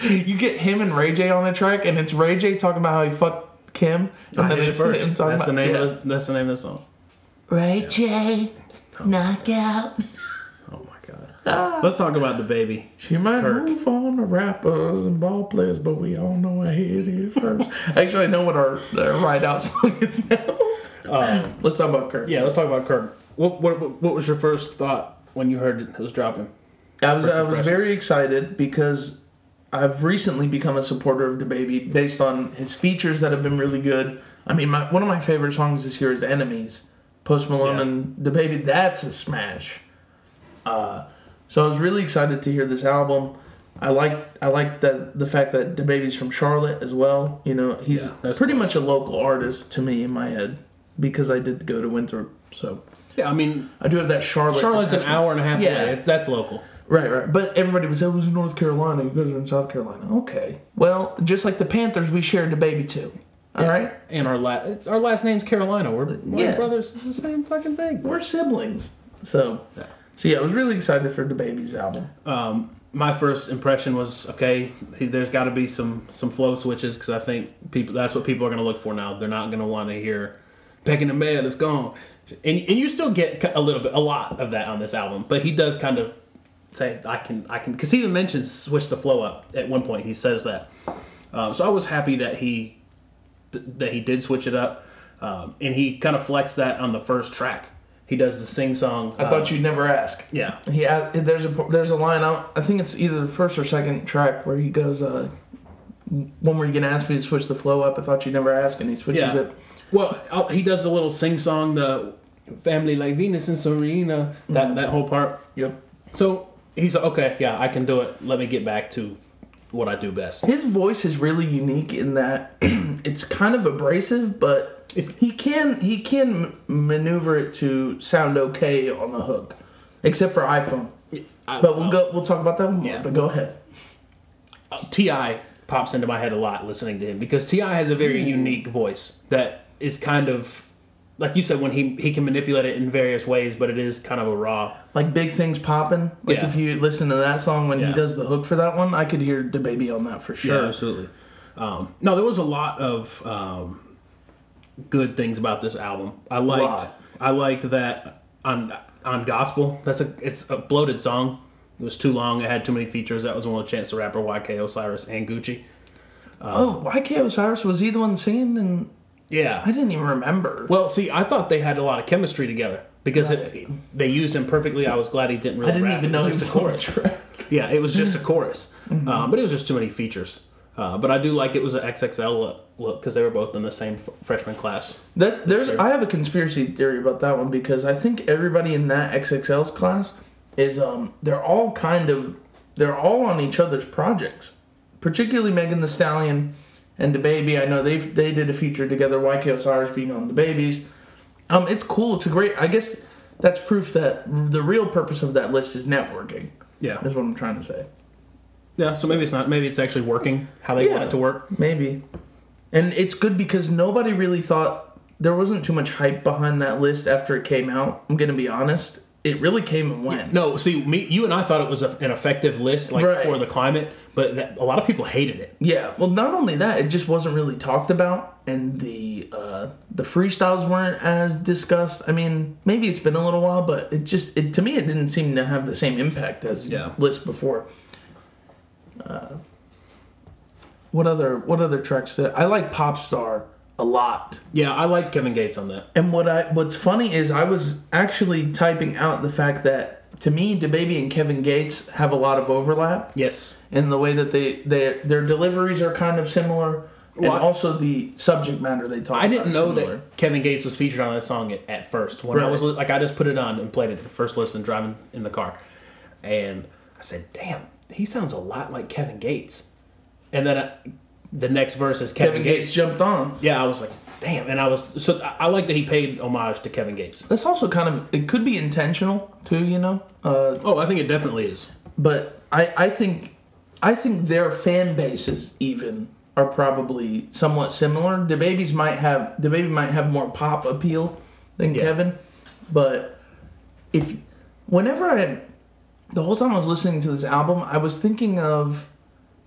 Speaker 2: You get him and Ray J on a track, and it's Ray J talking about how he fucked Kim, and
Speaker 3: I did it
Speaker 2: it's
Speaker 3: first.
Speaker 2: him
Speaker 3: That's
Speaker 2: talking
Speaker 3: the
Speaker 2: about-
Speaker 3: name.
Speaker 2: yeah.
Speaker 3: Of the, that's the name of the song.
Speaker 2: Ray J, knockout.
Speaker 3: [laughs] Oh my god. Let's talk about the baby.
Speaker 2: She might
Speaker 3: Kirk.
Speaker 2: move on to rappers and ball players, but we all know I hit it [laughs] first. Actually, I know what our, our ride out song is now. Let's talk about Kirk.
Speaker 3: Uh, Yeah, let's talk about Kirk. What, what what was your first thought when you heard it was dropping?
Speaker 2: I was I was
Speaker 3: impressions.
Speaker 2: very excited because I've recently become a supporter of DaBaby based on his features that have been really good. I mean, my, one of my favorite songs this year is "Enemies," Post Malone
Speaker 3: Yeah.
Speaker 2: and DaBaby. That's a smash. Uh, So I was really excited to hear this album. I like I like that the fact that the baby's from Charlotte as well. You know, he's
Speaker 3: Yeah, that's
Speaker 2: pretty much a local artist to me in my head because I did go to Winthrop. So
Speaker 3: Yeah, I mean,
Speaker 2: I do have that Charlotte.
Speaker 3: Charlotte's an
Speaker 2: attachment.
Speaker 3: hour and a half
Speaker 2: Yeah.
Speaker 3: away. It's, that's local.
Speaker 2: Right, right. But everybody was, oh, it was in North Carolina. You guys are in South Carolina. Okay. Well, just like the Panthers, we shared the baby too. All right?
Speaker 3: And our last our last name's Carolina. We're we're
Speaker 2: Yeah.
Speaker 3: brothers. It's the same fucking thing.
Speaker 2: We're siblings. So, so yeah, I was really excited for the baby's album.
Speaker 3: Um, my first impression was okay. he- There's got to be some some flow switches because I think people that's what people are gonna look for now. They're not gonna want to hear "Pecking the Man" is gone, and and you still get a little bit, a lot of that on this album. But he does kind of say, "I can, I can," because he even mentions switch the flow up at one point. He says that. Um, so I was happy that he th- that he did switch it up, um, and he kind of flexed that on the first track. He does the sing song. uh,
Speaker 2: I thought you'd never ask.
Speaker 3: yeah.
Speaker 2: He a- there's a there's a line out. I think it's either the first or second track where he goes, uh, "When were you gonna ask me to switch the flow up? I thought you'd never ask," and he switches
Speaker 3: Yeah.
Speaker 2: it.
Speaker 3: Well, I'll- he does a little sing song, the family like Venus and Serena, that
Speaker 2: Mm-hmm.
Speaker 3: that whole part.
Speaker 2: Yep.
Speaker 3: So he's like, okay, yeah, I can do it. Let me get back to what I do best.
Speaker 2: His voice is really unique in that [clears throat] it's kind of abrasive, but
Speaker 3: It's-
Speaker 2: he can he can m- maneuver it to sound okay on the hook, except for iPhone.
Speaker 3: I- uh,
Speaker 2: But we'll go. We'll talk about that one more.
Speaker 3: Yeah.
Speaker 2: But go ahead.
Speaker 3: Ti pops into my head a lot listening to him because Ti has a very
Speaker 2: Mm-hmm.
Speaker 3: unique voice that is kind of like you said when he he can manipulate it in various ways, but it is kind of a raw.
Speaker 2: Like big things popping. Like
Speaker 3: Yeah.
Speaker 2: if you listen to that song when he
Speaker 3: Yeah.
Speaker 2: does the hook for that one, I could hear the baby on that for sure.
Speaker 3: absolutely. Um, no, there was a lot of um, good things about this album. I liked.
Speaker 2: Lot.
Speaker 3: I liked that on on gospel. That's a it's a bloated song. It was too long. It had too many features. That was one with Chance the Rapper, YK Osiris, and Gucci.
Speaker 2: Oh, YK Osiris was he the one singing? And I
Speaker 3: Yeah.
Speaker 2: didn't even remember.
Speaker 3: Well, see, I thought they had a lot of chemistry together because it, they used him perfectly. I was glad he didn't really.
Speaker 2: I didn't
Speaker 3: rap.
Speaker 2: even know
Speaker 3: It
Speaker 2: he
Speaker 3: just
Speaker 2: was on
Speaker 3: a
Speaker 2: the
Speaker 3: chorus.
Speaker 2: track.
Speaker 3: Yeah, it was just a chorus,
Speaker 2: Mm-hmm.
Speaker 3: uh, but it was just too many features. Uh, but I do like it was an XXL look because they were both in the same f- freshman class.
Speaker 2: That there's I have a conspiracy theory about that one because I think everybody in that XXL's class is um they're all kind of they're all on each other's projects. Particularly Megan the Stallion and the Baby. I know they they did a feature together, YK Osiris being on the babies. Um it's cool, it's a great I guess that's proof that the real purpose of that list is networking.
Speaker 3: Yeah,
Speaker 2: Is what I'm trying to say.
Speaker 3: yeah. So maybe it's not. Maybe it's actually working how they want
Speaker 2: Yeah.
Speaker 3: it to work.
Speaker 2: Maybe. And it's good because nobody really thought there wasn't too much hype behind that list after it came out. I'm gonna be honest. It really came and went.
Speaker 3: No, see, me, you and I thought it was a, an effective list, like
Speaker 2: Right.
Speaker 3: for the climate, but that, a lot of people hated it.
Speaker 2: Yeah. Well, not only that, it just wasn't really talked about, and the uh, the freestyles weren't as discussed. I mean, maybe it's been a little while, but it just it to me it didn't seem to have the same impact as
Speaker 3: Yeah.
Speaker 2: list before. Uh, what other what other tracks did I like? Pop Star a lot.
Speaker 3: Yeah, I liked Kevin Gates on that.
Speaker 2: And what I what's funny is I was actually typing out the fact that to me, DeBaby and Kevin Gates have a lot of overlap
Speaker 3: Yes,
Speaker 2: in the way that they, they their deliveries are kind of similar, and
Speaker 3: Well, I-
Speaker 2: also the subject matter they talk.
Speaker 3: I didn't
Speaker 2: about
Speaker 3: know
Speaker 2: is similar.
Speaker 3: that Kevin Gates was featured on that song at, at first. When I
Speaker 2: Right.
Speaker 3: was li- like, I just put it on and played it the first listen driving in the car, and I said, "Damn, he sounds a lot like Kevin Gates." And then I, the next verse is Kevin,
Speaker 2: Kevin
Speaker 3: Gates.
Speaker 2: Gates jumped on.
Speaker 3: Yeah, I was like, "Damn!" And I was so I, I like that he paid homage to Kevin Gates.
Speaker 2: That's also kind of it could be intentional too, you know. Uh,
Speaker 3: Oh, I think it definitely is.
Speaker 2: but I I think I think their fan bases even are probably somewhat similar. The babies might have the baby might have more pop appeal than
Speaker 3: Yeah.
Speaker 2: Kevin, but if whenever I the whole time I was listening to this album, I was thinking of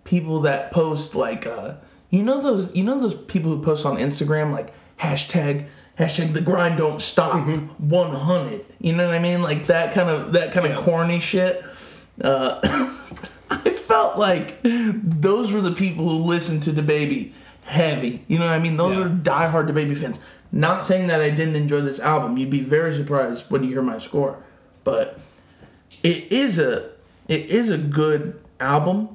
Speaker 2: people that post like uh you know those you know those people who post on Instagram like hashtag hashtag the grind don't stop 100 you know what I mean like that kind of that kind
Speaker 3: Mm-hmm. Yeah.
Speaker 2: of corny shit uh [laughs] I felt like those were the people who listened to the baby heavy you know what I mean those
Speaker 3: Yeah.
Speaker 2: are diehard the baby fans not saying that I didn't enjoy this album you'd be very surprised when you hear my score but it is a it is a good album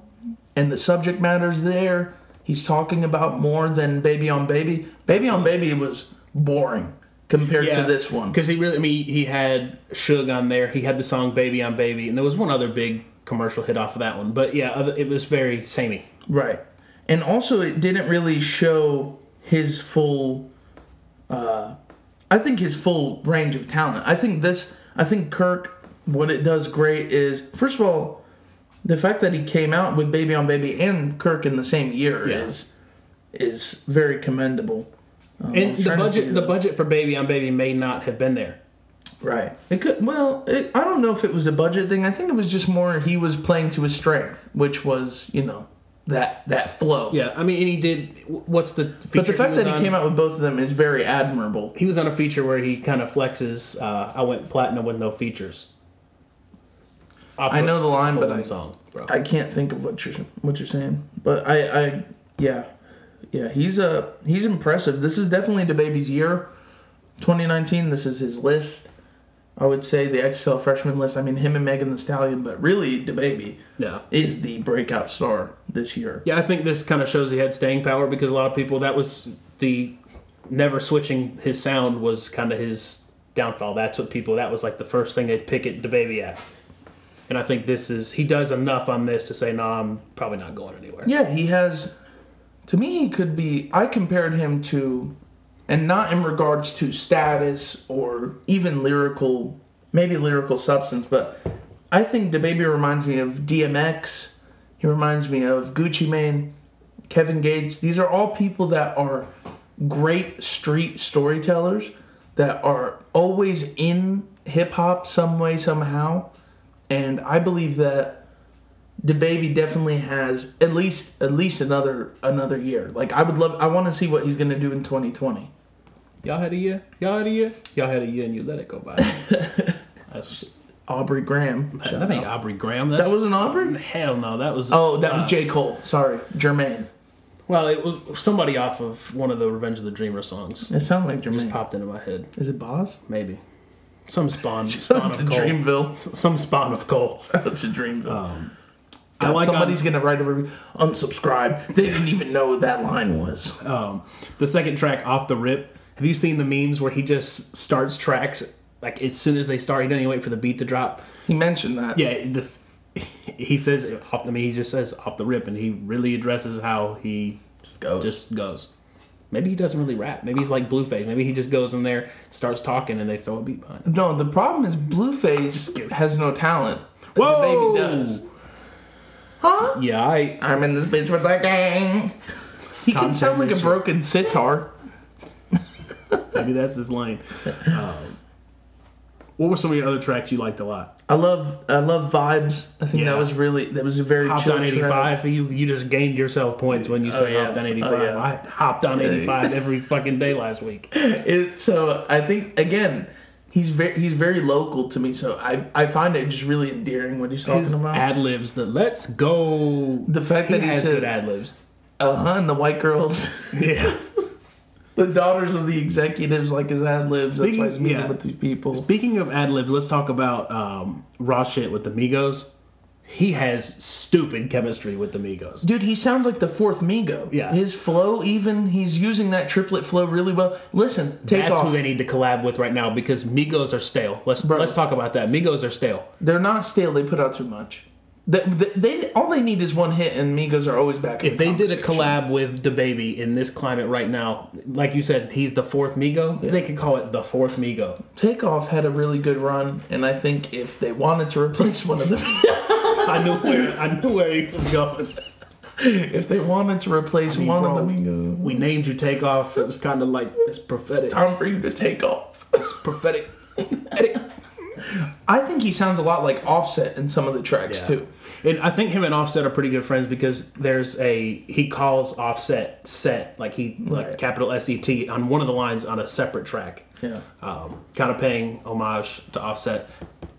Speaker 2: and the subject matter's there he's talking about more than baby on baby baby on baby was boring compared to this one.
Speaker 3: because he really. I mean, he had Suge on there. He had the song "Baby on Baby," and there was one other big commercial hit off of that one. But yeah, other, it was very samey.
Speaker 2: Right. And also, it didn't really show his full. Uh, I think his full range of talent. I think this. I think Kirk. What it does great is first of all, the fact that he came out with Baby on Baby and Kirk in the same year
Speaker 3: Yeah.
Speaker 2: is is very commendable. Um, I
Speaker 3: And
Speaker 2: was
Speaker 3: the
Speaker 2: trying to see
Speaker 3: budget, the
Speaker 2: that.
Speaker 3: budget for "Baby on Baby" may not have been there.
Speaker 2: Right. It could. Well, it, I don't know if it was a budget thing. I think it was just more he was playing to his strength, which was you know that that flow.
Speaker 3: Yeah, I mean, and he did. What's the? Feature
Speaker 2: But the fact that
Speaker 3: was
Speaker 2: he
Speaker 3: on?
Speaker 2: came out with both of them is very admirable.
Speaker 3: he was on a feature where he kind of flexes. Uh, I went platinum with no features. Off
Speaker 2: I
Speaker 3: of-
Speaker 2: know the line,
Speaker 3: off
Speaker 2: but
Speaker 3: of one
Speaker 2: I-
Speaker 3: song, bro.
Speaker 2: I can't think of what you're what you're saying, but I, I yeah, yeah. He's uh, he's impressive. This is definitely the baby's year, 2019. This is his list. I would say the XL freshman list. I mean, him and Megan the Stallion, but really the baby
Speaker 3: yeah,
Speaker 2: is the breakout star this year.
Speaker 3: yeah. I think this kind of shows he had staying power because a lot of people that was the never switching his sound was kind of his downfall. That's what people that was like the first thing they'd pick at the baby at. And I think this is he does enough on this to say, no, I'm probably not going anywhere.
Speaker 2: Yeah, he has. To me, he could be. I compared him to, and not in regards to status or even lyrical, maybe lyrical substance, but I think the baby reminds me of DMX. He reminds me of Gucci Mane, Kevin Gates. These are all people that are great street storytellers that are always in hip hop some way somehow, and I believe that the baby definitely has at least at least another another year. Like I would love I want to see what he's going to do in 2020.
Speaker 3: Y'all had a year, y'all had a year, y'all had a year, and you let it go by. [laughs] That's,
Speaker 2: Aubrey Graham.
Speaker 3: that ain't Aubrey Graham. That's,
Speaker 2: That was an Aubrey?
Speaker 3: Hell no, that was.
Speaker 2: Oh, that was
Speaker 3: uh,
Speaker 2: J. Cole. Sorry. Jermaine.
Speaker 3: Well, it was somebody off of one of the Revenge of the Dreamer songs.
Speaker 2: It sounded like
Speaker 3: Just
Speaker 2: Jermaine.
Speaker 3: popped into my head.
Speaker 2: Is it Boz?
Speaker 3: Maybe some
Speaker 2: [laughs]
Speaker 3: spawn, spawn
Speaker 2: the
Speaker 3: of coal. [laughs]
Speaker 2: Dreamville.
Speaker 3: Some spawn
Speaker 2: [laughs]
Speaker 3: of coal.
Speaker 2: It's a Dreamville.
Speaker 3: Um, I
Speaker 2: God,
Speaker 3: like um,
Speaker 2: somebody's
Speaker 3: on,
Speaker 2: going to write a review. Unsubscribe. They didn't even know what that line was.
Speaker 3: um, the second track off the rip. Have you seen the memes where he just starts tracks like as soon as they start? He doesn't even wait for the beat to drop.
Speaker 2: He mentioned that.
Speaker 3: Yeah, the, [laughs] he says off. I mean, he just says off the rip, and he really addresses how he
Speaker 2: Just go. Just
Speaker 3: just goes. Maybe he doesn't really rap. Maybe he's like Blueface. Maybe he just goes in there, starts talking, and they throw a beat behind him.
Speaker 2: No, the problem is Blueface
Speaker 3: kidding.
Speaker 2: has no talent.
Speaker 3: Whoa!
Speaker 2: The baby does. Huh?
Speaker 3: Yeah, I.
Speaker 2: I'm in this bitch with that gang. He can
Speaker 3: Content
Speaker 2: sound like a
Speaker 3: issue.
Speaker 2: broken sitar.
Speaker 3: Maybe that's
Speaker 2: [laughs]
Speaker 3: his lane. Um, what were some of your other tracks you liked a lot?
Speaker 2: I love I love vibes. I think
Speaker 3: Yeah.
Speaker 2: that was really that was a very
Speaker 3: Hopped
Speaker 2: chill
Speaker 3: on eighty
Speaker 2: track.
Speaker 3: five. You you just gained yourself points when you
Speaker 2: Oh,
Speaker 3: said
Speaker 2: yeah.
Speaker 3: hopped on
Speaker 2: Oh,
Speaker 3: eighty five.
Speaker 2: yeah.
Speaker 3: I hopped on
Speaker 2: Yeah.
Speaker 3: eighty five every fucking day last week.
Speaker 2: It, so I think again, he's very he's very local to me. So I I find it just really endearing what he's talking
Speaker 3: His
Speaker 2: about.
Speaker 3: ad libs. The let's go.
Speaker 2: the fact
Speaker 3: he
Speaker 2: that he
Speaker 3: has good
Speaker 2: said
Speaker 3: ad libs.
Speaker 2: uh huh, and the white [laughs] girls,
Speaker 3: Yeah.
Speaker 2: the daughters of the executives, like his ad libs. That's why he's
Speaker 3: Speaking-
Speaker 2: meeting
Speaker 3: yeah.
Speaker 2: with these people.
Speaker 3: Speaking of ad libs, let's talk about um, raw shit with the Migos. He has stupid chemistry with the Migos.
Speaker 2: Dude, he sounds like the fourth Migo.
Speaker 3: Yeah.
Speaker 2: his flow even he's using that triplet flow really well. Listen, take
Speaker 3: That's
Speaker 2: off.
Speaker 3: who they need to collab with right now because Migos are stale. Let's
Speaker 2: Bro.
Speaker 3: let's talk about that. Migos are stale.
Speaker 2: They're not stale. They put out too much. They, they, they- all they need is one hit, and Migos are always back. In
Speaker 3: If
Speaker 2: the
Speaker 3: they did a
Speaker 2: conversation.
Speaker 3: collab with the baby in this climate right now, like you said, he's the fourth Migo. They could call it the fourth Migo.
Speaker 2: Takeoff had a really good run, and I think if they wanted to replace one of them, [laughs]
Speaker 3: I knew where I knew where he was going.
Speaker 2: if they wanted to replace one of the Migos,
Speaker 3: we named you Takeoff. It was kind of like it's prophetic.
Speaker 2: time for you to take off.
Speaker 3: It's prophetic.
Speaker 2: I think he sounds a lot like Offset in some of the tracks too.
Speaker 3: And I think him and Offset are pretty good friends because there's a he calls Offset set like he like
Speaker 2: Right.
Speaker 3: capital S E T on one of the lines on a separate track.
Speaker 2: Yeah.
Speaker 3: Um, kind of paying homage to Offset.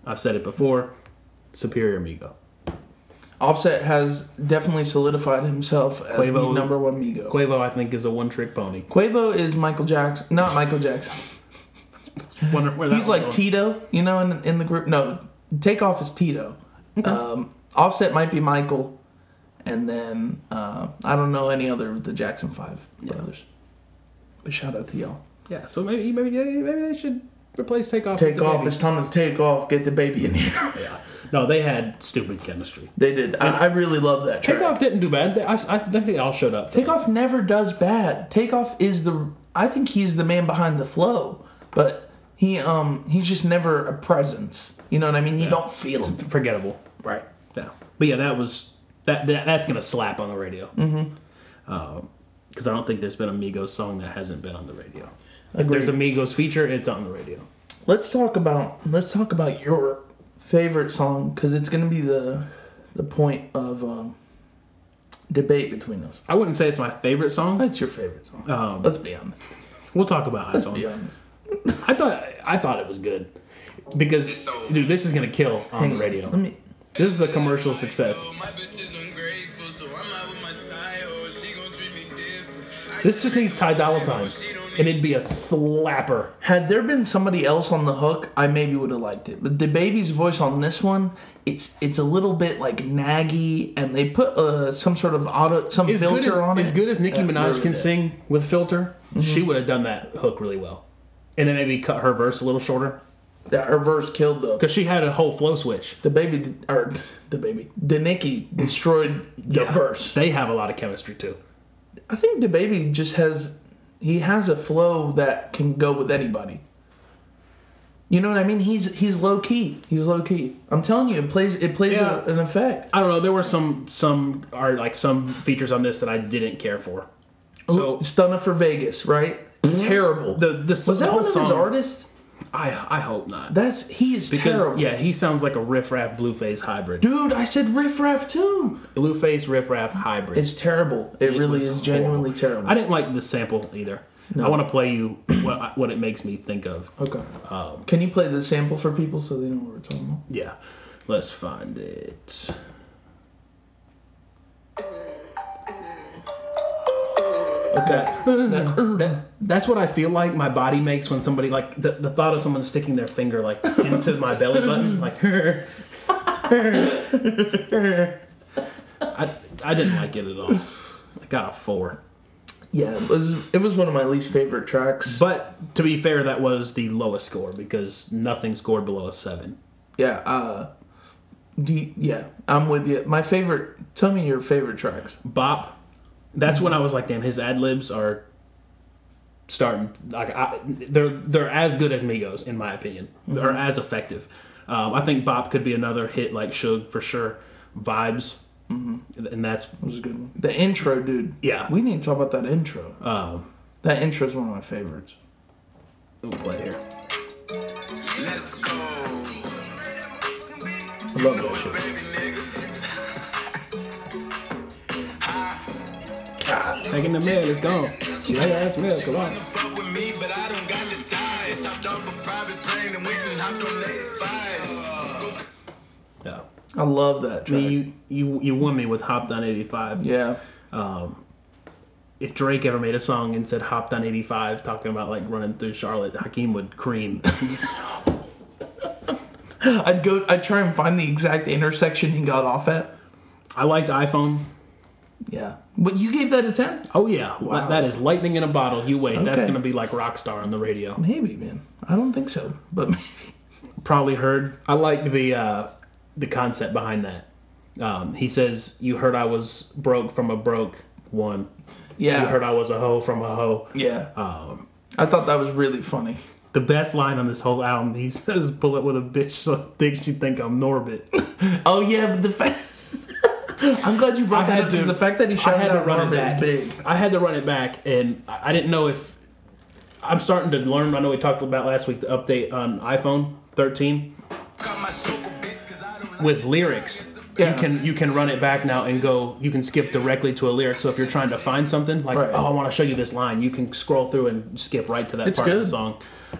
Speaker 3: I've said it before. Superior Amigo.
Speaker 2: Offset has definitely solidified himself as the
Speaker 3: Quavo-
Speaker 2: number one Migo.
Speaker 3: Quavo, I think, is a one-trick pony.
Speaker 2: Quavo is Michael Jackson, not Michael Jackson.
Speaker 3: Wonder where that
Speaker 2: He's
Speaker 3: one
Speaker 2: like
Speaker 3: goes.
Speaker 2: Tito, you know, in, in the group. No, Takeoff is Tito. Um, Offset might be Michael, and then uh, I don't know any other of the Jackson Five brothers. But shout out to y'all.
Speaker 3: Yeah, so maybe maybe maybe they should replace Takeoff. with
Speaker 2: Take
Speaker 3: the
Speaker 2: off.
Speaker 3: Baby.
Speaker 2: It's time to take off. Get the baby in here. [laughs]
Speaker 3: Yeah. No, they had stupid chemistry.
Speaker 2: They did. I, I really love that. Track.
Speaker 3: Takeoff didn't do bad. They- I, I think they all showed up. for that.
Speaker 2: Takeoff never does bad. Takeoff is the I think he's the man behind the flow, but he um he's just never a presence. You know what I mean? You don't feel him.
Speaker 3: forgettable.
Speaker 2: Right.
Speaker 3: Yeah, but yeah, that was that, that that's gonna slap on the radio. Mm-hmm. Because I don't think there's been a Migos song that hasn't been on the radio. If there's a Migos feature, it's on the radio.
Speaker 2: Let's talk about let's talk about your favorite song because it's gonna be the the point of um, debate between us.
Speaker 3: I wouldn't say it's my favorite song.
Speaker 2: That's your favorite song.
Speaker 3: Um,
Speaker 2: let's be honest.
Speaker 3: We'll talk about that
Speaker 2: Let's
Speaker 3: song.
Speaker 2: be honest.
Speaker 3: I thought I thought it was good because dude, this is gonna kill on the radio.
Speaker 2: Let me.
Speaker 3: This is a commercial success.
Speaker 4: Oh, My bitch is ungrateful, so I'm out with my side. oh, She gon' treat me different.
Speaker 3: This just needs Ty Dolla Sign, and it'd be a slapper.
Speaker 2: Had there been somebody else on the hook, I maybe would have liked it. But the baby's voice on this one, it's it's a little bit like naggy, and they put uh, some sort of auto some
Speaker 3: As
Speaker 2: filter
Speaker 3: good as,
Speaker 2: on it.
Speaker 3: as
Speaker 2: Mm-hmm.
Speaker 3: good as Nicki
Speaker 2: Yeah,
Speaker 3: Minaj
Speaker 2: really
Speaker 3: can
Speaker 2: good.
Speaker 3: sing with filter, she would have done that hook really well, and then maybe cut her verse a little shorter
Speaker 2: That her verse killed though.
Speaker 3: because she had a whole flow switch.
Speaker 2: The baby did- or the baby, the Nicki destroyed the verse.
Speaker 3: They have a lot of chemistry too.
Speaker 2: I think the baby just has he has a flow that can go with anybody. You know what I mean? He's he's low key. He's low key. I'm telling you, it plays it plays
Speaker 3: Yeah.
Speaker 2: a- an effect.
Speaker 3: I don't know. There were some some are like some features on this that I didn't care for. So Mhm.
Speaker 2: Stunner for Vegas, right? Terrible.
Speaker 3: the the
Speaker 2: was that
Speaker 3: the
Speaker 2: one
Speaker 3: whole
Speaker 2: of his
Speaker 3: song-
Speaker 2: artists?
Speaker 3: I I hope not
Speaker 2: That's he is
Speaker 3: because
Speaker 2: terrible.
Speaker 3: yeah, he sounds like a riffraff blueface hybrid.
Speaker 2: Dude, I said riff raff too.
Speaker 3: Blueface riffraff hybrid.
Speaker 2: It's terrible. It, really
Speaker 3: was
Speaker 2: is
Speaker 3: horrible.
Speaker 2: genuinely terrible.
Speaker 3: I didn't like the sample either. I want to play you what, I- what it makes me think of.
Speaker 2: okay.
Speaker 3: Um,
Speaker 2: Can you play the sample for people so they know what we're talking about?
Speaker 3: Yeah. Let's find it.
Speaker 2: Okay. That-
Speaker 3: That, that's what I feel like my body makes when somebody like the, the thought of someone sticking their finger like into my belly button like I, I didn't like it at all. I got a four.
Speaker 2: yeah, it was it was one of my least favorite tracks.
Speaker 3: But to be fair, that was the lowest score because nothing scored below a seven.
Speaker 2: yeah, uh do you- yeah, I'm with you. My favorite tell me your favorite tracks.
Speaker 3: Bop. That's when I was like, damn, his ad libs are starting. Like, I, they're they're as good as Migos in my opinion, or as effective. Um, I think Bop could be another hit like Suge for sure. Vibes, and that's
Speaker 2: It was a good one. The intro, dude.
Speaker 3: Yeah.
Speaker 2: We need to talk about that intro.
Speaker 3: um,
Speaker 2: that intro is one of my favorites.
Speaker 3: we'll play here.
Speaker 4: Let's go.
Speaker 2: I love that shit.
Speaker 4: Baby nigga.
Speaker 3: Taking the mail, it's gone. She had ass mail, come on.
Speaker 4: Wanna fuck with me, but I don't got the time. Just hopped off a private plane and went and hopped on 85. Go
Speaker 3: Yeah.
Speaker 2: I love that
Speaker 3: I
Speaker 2: track.
Speaker 3: mean, you you you won me with Hopped on 85.
Speaker 2: yeah.
Speaker 3: If Drake ever made a song and said Hopped on 85, talking about like running through Charlotte, Hakeem would cream. [laughs]
Speaker 2: I'd go. I'd try and find the exact intersection he got off at.
Speaker 3: I liked iPhone.
Speaker 2: Yeah, but you gave that a ten.
Speaker 3: Oh yeah, That- that is lightning in a bottle. You wait, that's
Speaker 2: Okay.
Speaker 3: gonna be like Rockstar on the radio.
Speaker 2: Maybe, man. I don't think so, but [laughs] maybe.
Speaker 3: Probably heard. I liked the uh, the concept behind that. Um, he says, "You heard I was broke from a broke one. You
Speaker 2: yeah,
Speaker 3: heard Um, I was a hoe from a hoe."
Speaker 2: yeah. I thought that was really funny.
Speaker 3: The best line on this whole album, he [laughs] says, "Pull up with a bitch so thick she think I'm Norbit."
Speaker 2: Oh yeah, but the fact. [laughs] I'm glad you brought
Speaker 3: I
Speaker 2: that
Speaker 3: had
Speaker 2: up because
Speaker 3: to-
Speaker 2: the fact that he
Speaker 3: I
Speaker 2: shot
Speaker 3: had to
Speaker 2: out
Speaker 3: run it
Speaker 2: Robert
Speaker 3: back.
Speaker 2: is big.
Speaker 3: I had to run it back, and I I didn't know if I'm starting to learn. I know we talked about last week the update on iPhone 13.
Speaker 4: got my sober bitch, 'cause I don't like
Speaker 3: with lyrics.
Speaker 2: Yeah.
Speaker 3: You can you can run it back now and go. You can skip directly to a lyric. So if you're trying to find something like,
Speaker 2: Right.
Speaker 3: oh, I want to show you this line, you can scroll through and skip right to that
Speaker 2: It's
Speaker 3: part of
Speaker 2: good.
Speaker 3: the song.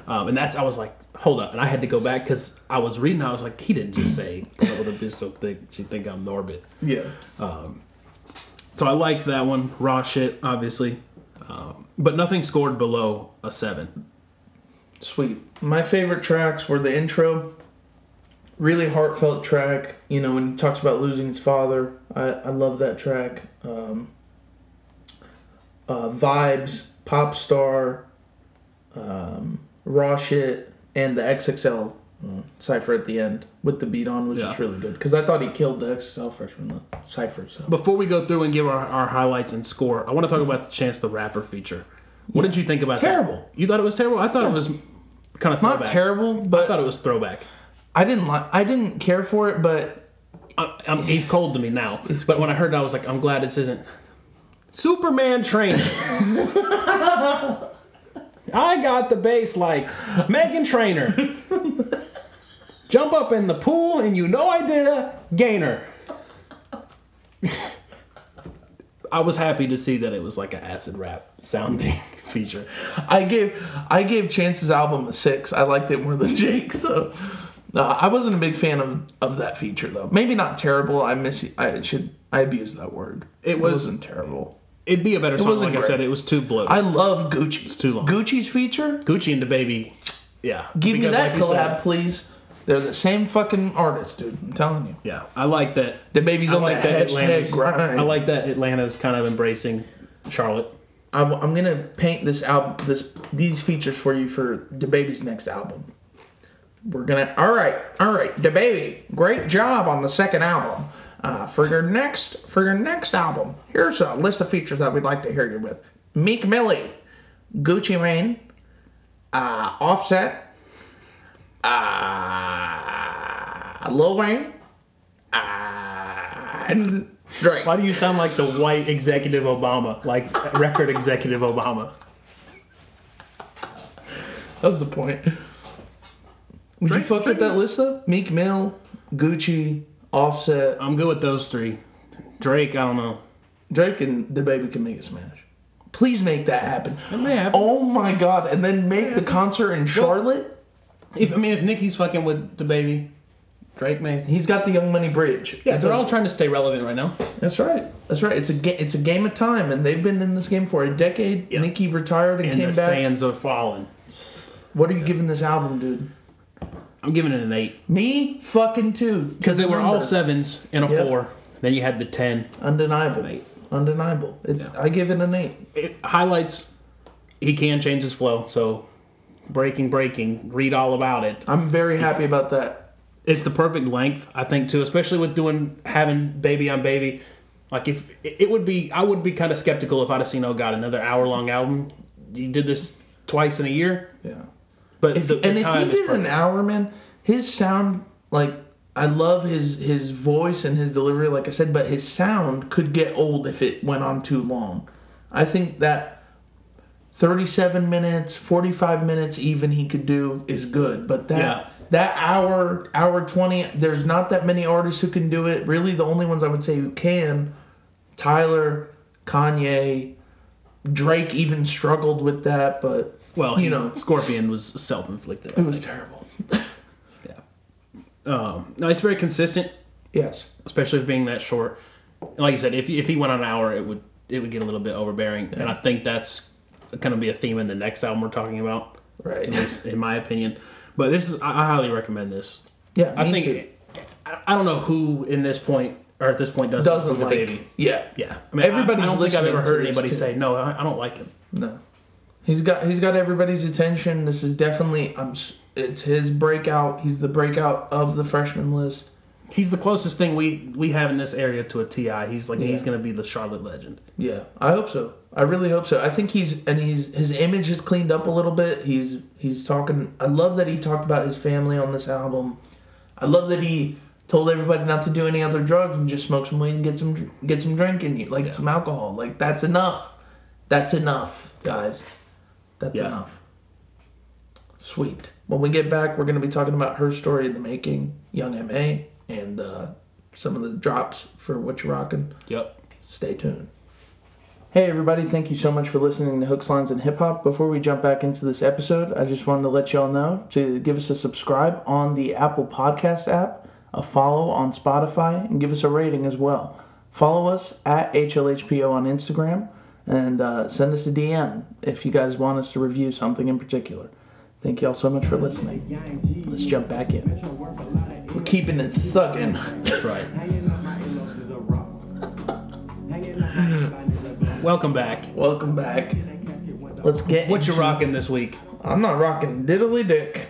Speaker 3: Um, and that's I was like, hold up, and I had to go back because I was reading. I was like, he didn't just
Speaker 2: [clears throat]
Speaker 3: say "Put up with a bitch so thick she think I'm Norbit.
Speaker 2: Yeah.
Speaker 3: So I liked that one. Raw shit, obviously, um, but nothing scored below a seven.
Speaker 2: Sweet. My favorite tracks were the intro, really heartfelt track. You know, when he talks about losing his father, I, I love that track. Um, uh, Vibes, Pop Star, Raw shit and the XXL uh, cipher at the end with the beat on was just
Speaker 3: Yeah.
Speaker 2: really good because I thought he killed the XXL freshman cipher. So
Speaker 3: Before we go through and give our, our highlights and score, I want to talk about the Chance the Rapper feature. What did you think about that?
Speaker 2: Terrible.
Speaker 3: You thought it was terrible? I thought it was kind of
Speaker 2: not
Speaker 3: throwback.
Speaker 2: terrible,
Speaker 3: I thought
Speaker 2: but
Speaker 3: it was throwback.
Speaker 2: I didn't like I didn't care for it. But
Speaker 3: I, I'm, He's cold to me now. But when I heard it, I was like, I'm glad this isn't Superman [laughs] train. I got the bass like Megan Trainer. Jump up in the pool, and you know I did a gainer. [laughs] I was happy to see that it was like an acid rap sounding [laughs] feature.
Speaker 2: I gave I gave Chance's album a six. I liked it more than [laughs] Jake. So uh, I wasn't a big fan of of that feature though. Maybe not terrible. I miss I should I abuse that word.
Speaker 3: It was-
Speaker 2: wasn't terrible.
Speaker 3: It'd be a better song, like
Speaker 2: wasn't
Speaker 3: I
Speaker 2: great.
Speaker 3: said. It was too bloated.
Speaker 2: I love Gucci.
Speaker 3: too long.
Speaker 2: Gucci's feature.
Speaker 3: Gucci and the Baby, yeah.
Speaker 2: Give me
Speaker 3: Because
Speaker 2: that
Speaker 3: like you said-
Speaker 2: collab, please. They're the same fucking artist, dude. I'm telling you.
Speaker 3: Yeah, I like that.
Speaker 2: The baby's
Speaker 3: I
Speaker 2: on
Speaker 3: like
Speaker 2: that,
Speaker 3: that
Speaker 2: hashtag
Speaker 3: Atlanta's.
Speaker 2: grind.
Speaker 3: I like that Atlanta's kind of embracing Charlotte.
Speaker 2: I'm, I'm gonna paint this album, this these features for you for the baby's next album. We're gonna. All right, all right, the baby. Great job on the second album. Uh, for your next, for your next album, here's a list of features that we'd like to hear you with: Meek Millie, Gucci Mane, uh, Offset, uh, Lil Wayne, uh, and Drake.
Speaker 3: Why do you sound like the white executive Obama, like record executive Obama?
Speaker 2: That was the point. Would you fuck with that list though? Meek Mill, Gucci, Offset,
Speaker 3: I'm good with those three. Drake, I don't know.
Speaker 2: Drake, and the baby can make it smash. Please make that happen.
Speaker 3: It may happen.
Speaker 2: Oh my god! And then make the concert in Charlotte.
Speaker 3: If, I mean, if Nicki's fucking with the baby, Drake may.
Speaker 2: He's got the Young Money Bridge.
Speaker 3: Yeah,
Speaker 2: It's
Speaker 3: they're
Speaker 2: a-
Speaker 3: all trying to stay relevant right now.
Speaker 2: That's right. That's right. It's a ga- it's a game of time, and they've been in this game for a decade.
Speaker 3: Yeah.
Speaker 2: Nicki retired and,
Speaker 3: And
Speaker 2: came
Speaker 3: the
Speaker 2: back.
Speaker 3: sands are falling.
Speaker 2: What are you giving this album, dude?
Speaker 3: I'm giving it an eight
Speaker 2: Me fucking too.
Speaker 3: because they were all
Speaker 2: Remember.
Speaker 3: sevens and a
Speaker 2: Yep.
Speaker 3: four. Then you had the ten.
Speaker 2: undeniable.
Speaker 3: eight.
Speaker 2: Undeniable. It's, I give it an eight.
Speaker 3: it highlights he can change his flow so breaking breaking read all about it
Speaker 2: I'm very happy about that.
Speaker 3: it's the perfect length i think too especially with doing having baby on baby like if it it would be i would be kind of skeptical if i'd have seen oh god another hour long album you did this twice in a year
Speaker 2: Yeah.
Speaker 3: but
Speaker 2: If,
Speaker 3: the, the
Speaker 2: and if he
Speaker 3: time is
Speaker 2: did an
Speaker 3: perfect
Speaker 2: hour, man, his sound like I love his his voice and his delivery, like I said, but his sound could get old if it went on too long. I think that thirty-seven minutes, forty-five minutes, even he could do is good, but that.
Speaker 3: Yeah.
Speaker 2: That hour, hour twenty. There's not that many artists who can do it. Really, the only ones I would say who can, Tyler, Kanye, Drake. Even struggled with that, but
Speaker 3: well
Speaker 2: you
Speaker 3: you
Speaker 2: know,
Speaker 3: know scorpion was self-inflicted
Speaker 2: it was terrible.
Speaker 3: um, no it's very consistent
Speaker 2: Yes.
Speaker 3: especially if being that short. And Like I said, if if he went on an hour, it would it would get a little bit overbearing, and I think that's going to be a theme in the next album we're talking about,
Speaker 2: Right.
Speaker 3: in my opinion. But this is I I highly recommend this.
Speaker 2: Yeah.
Speaker 3: I
Speaker 2: me
Speaker 3: think
Speaker 2: too.
Speaker 3: I, I don't know who in this point or at this point doesn't,
Speaker 2: doesn't
Speaker 3: the
Speaker 2: like. Yeah.
Speaker 3: Yeah, I mean,
Speaker 2: Everybody's
Speaker 3: everybody's. I, don't think I've
Speaker 2: listening
Speaker 3: ever heard
Speaker 2: to this,
Speaker 3: anybody
Speaker 2: too.
Speaker 3: say no. I, I don't like him.
Speaker 2: No. He's got he's got everybody's attention. This is definitely I'm. s- It's his breakout. He's the breakout of the freshman list.
Speaker 3: He's the closest thing we we have in this area to a Ti. He's like he's going to be the Charlotte legend.
Speaker 2: Yeah, I hope so. I really hope so. I think he's and he's his image has cleaned up a little bit. He's he's talking. I love that he talked about his family on this album. I love that he told everybody not to do any other drugs and just smoke some weed and get some get some drink in you, like some alcohol. Like that's enough. That's enough, guys. That's
Speaker 3: Yeah.
Speaker 2: enough. Sweet. When we get back, we're gonna be talking about her story in the making, Young Ma, and uh, some of the drops for what you're rocking.
Speaker 3: Yep.
Speaker 2: Stay tuned. Hey, everybody, thank you so much for listening to Hooks, Lines, and Hip Hop. Before we jump back into this episode, I just wanted to let y'all know to give us a subscribe on the Apple Podcast app, a follow on Spotify, and give us a rating as well. Follow us at HLHPO on Instagram and uh, send us a DM if you guys want us to review something in particular. Thank y'all so much for listening.
Speaker 1: Let's
Speaker 2: Let's jump back in. We're keeping it thuggin'.
Speaker 3: That's right.
Speaker 1: Hanging on my inbox is a rock. Hanging on my design is a block.
Speaker 2: [sighs]
Speaker 3: Welcome back.
Speaker 2: Welcome back.
Speaker 1: That casket was a
Speaker 2: Let's get
Speaker 3: What you
Speaker 2: into-
Speaker 3: rocking this week?
Speaker 2: I'm not rocking diddly dick.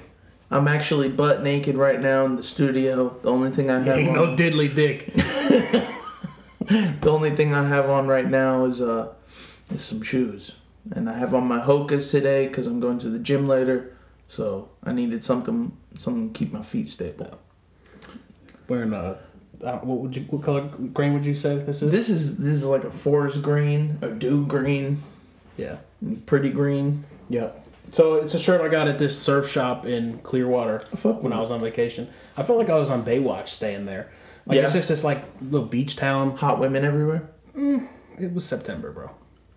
Speaker 2: I'm actually butt naked right now in the studio. The only thing I have
Speaker 3: Ain't
Speaker 2: on,
Speaker 3: no diddly dick.
Speaker 2: the only thing I have on right now is uh is some shoes, and I have on my Hokas today because I'm going to the gym later. So I needed something something to keep my feet stable.
Speaker 3: Wearing a. Uh, what would you? What color green would you say this is?
Speaker 2: This is this is like a forest green, a dew green,
Speaker 3: yeah.
Speaker 2: pretty green.
Speaker 3: Yeah. So it's a shirt I got at this surf shop in Clearwater
Speaker 2: Fuck
Speaker 3: when I was on vacation. I felt like I was on Baywatch staying there. Like
Speaker 2: Yeah.
Speaker 3: it's just this like little beach town.
Speaker 2: Hot women everywhere.
Speaker 3: It was September, bro.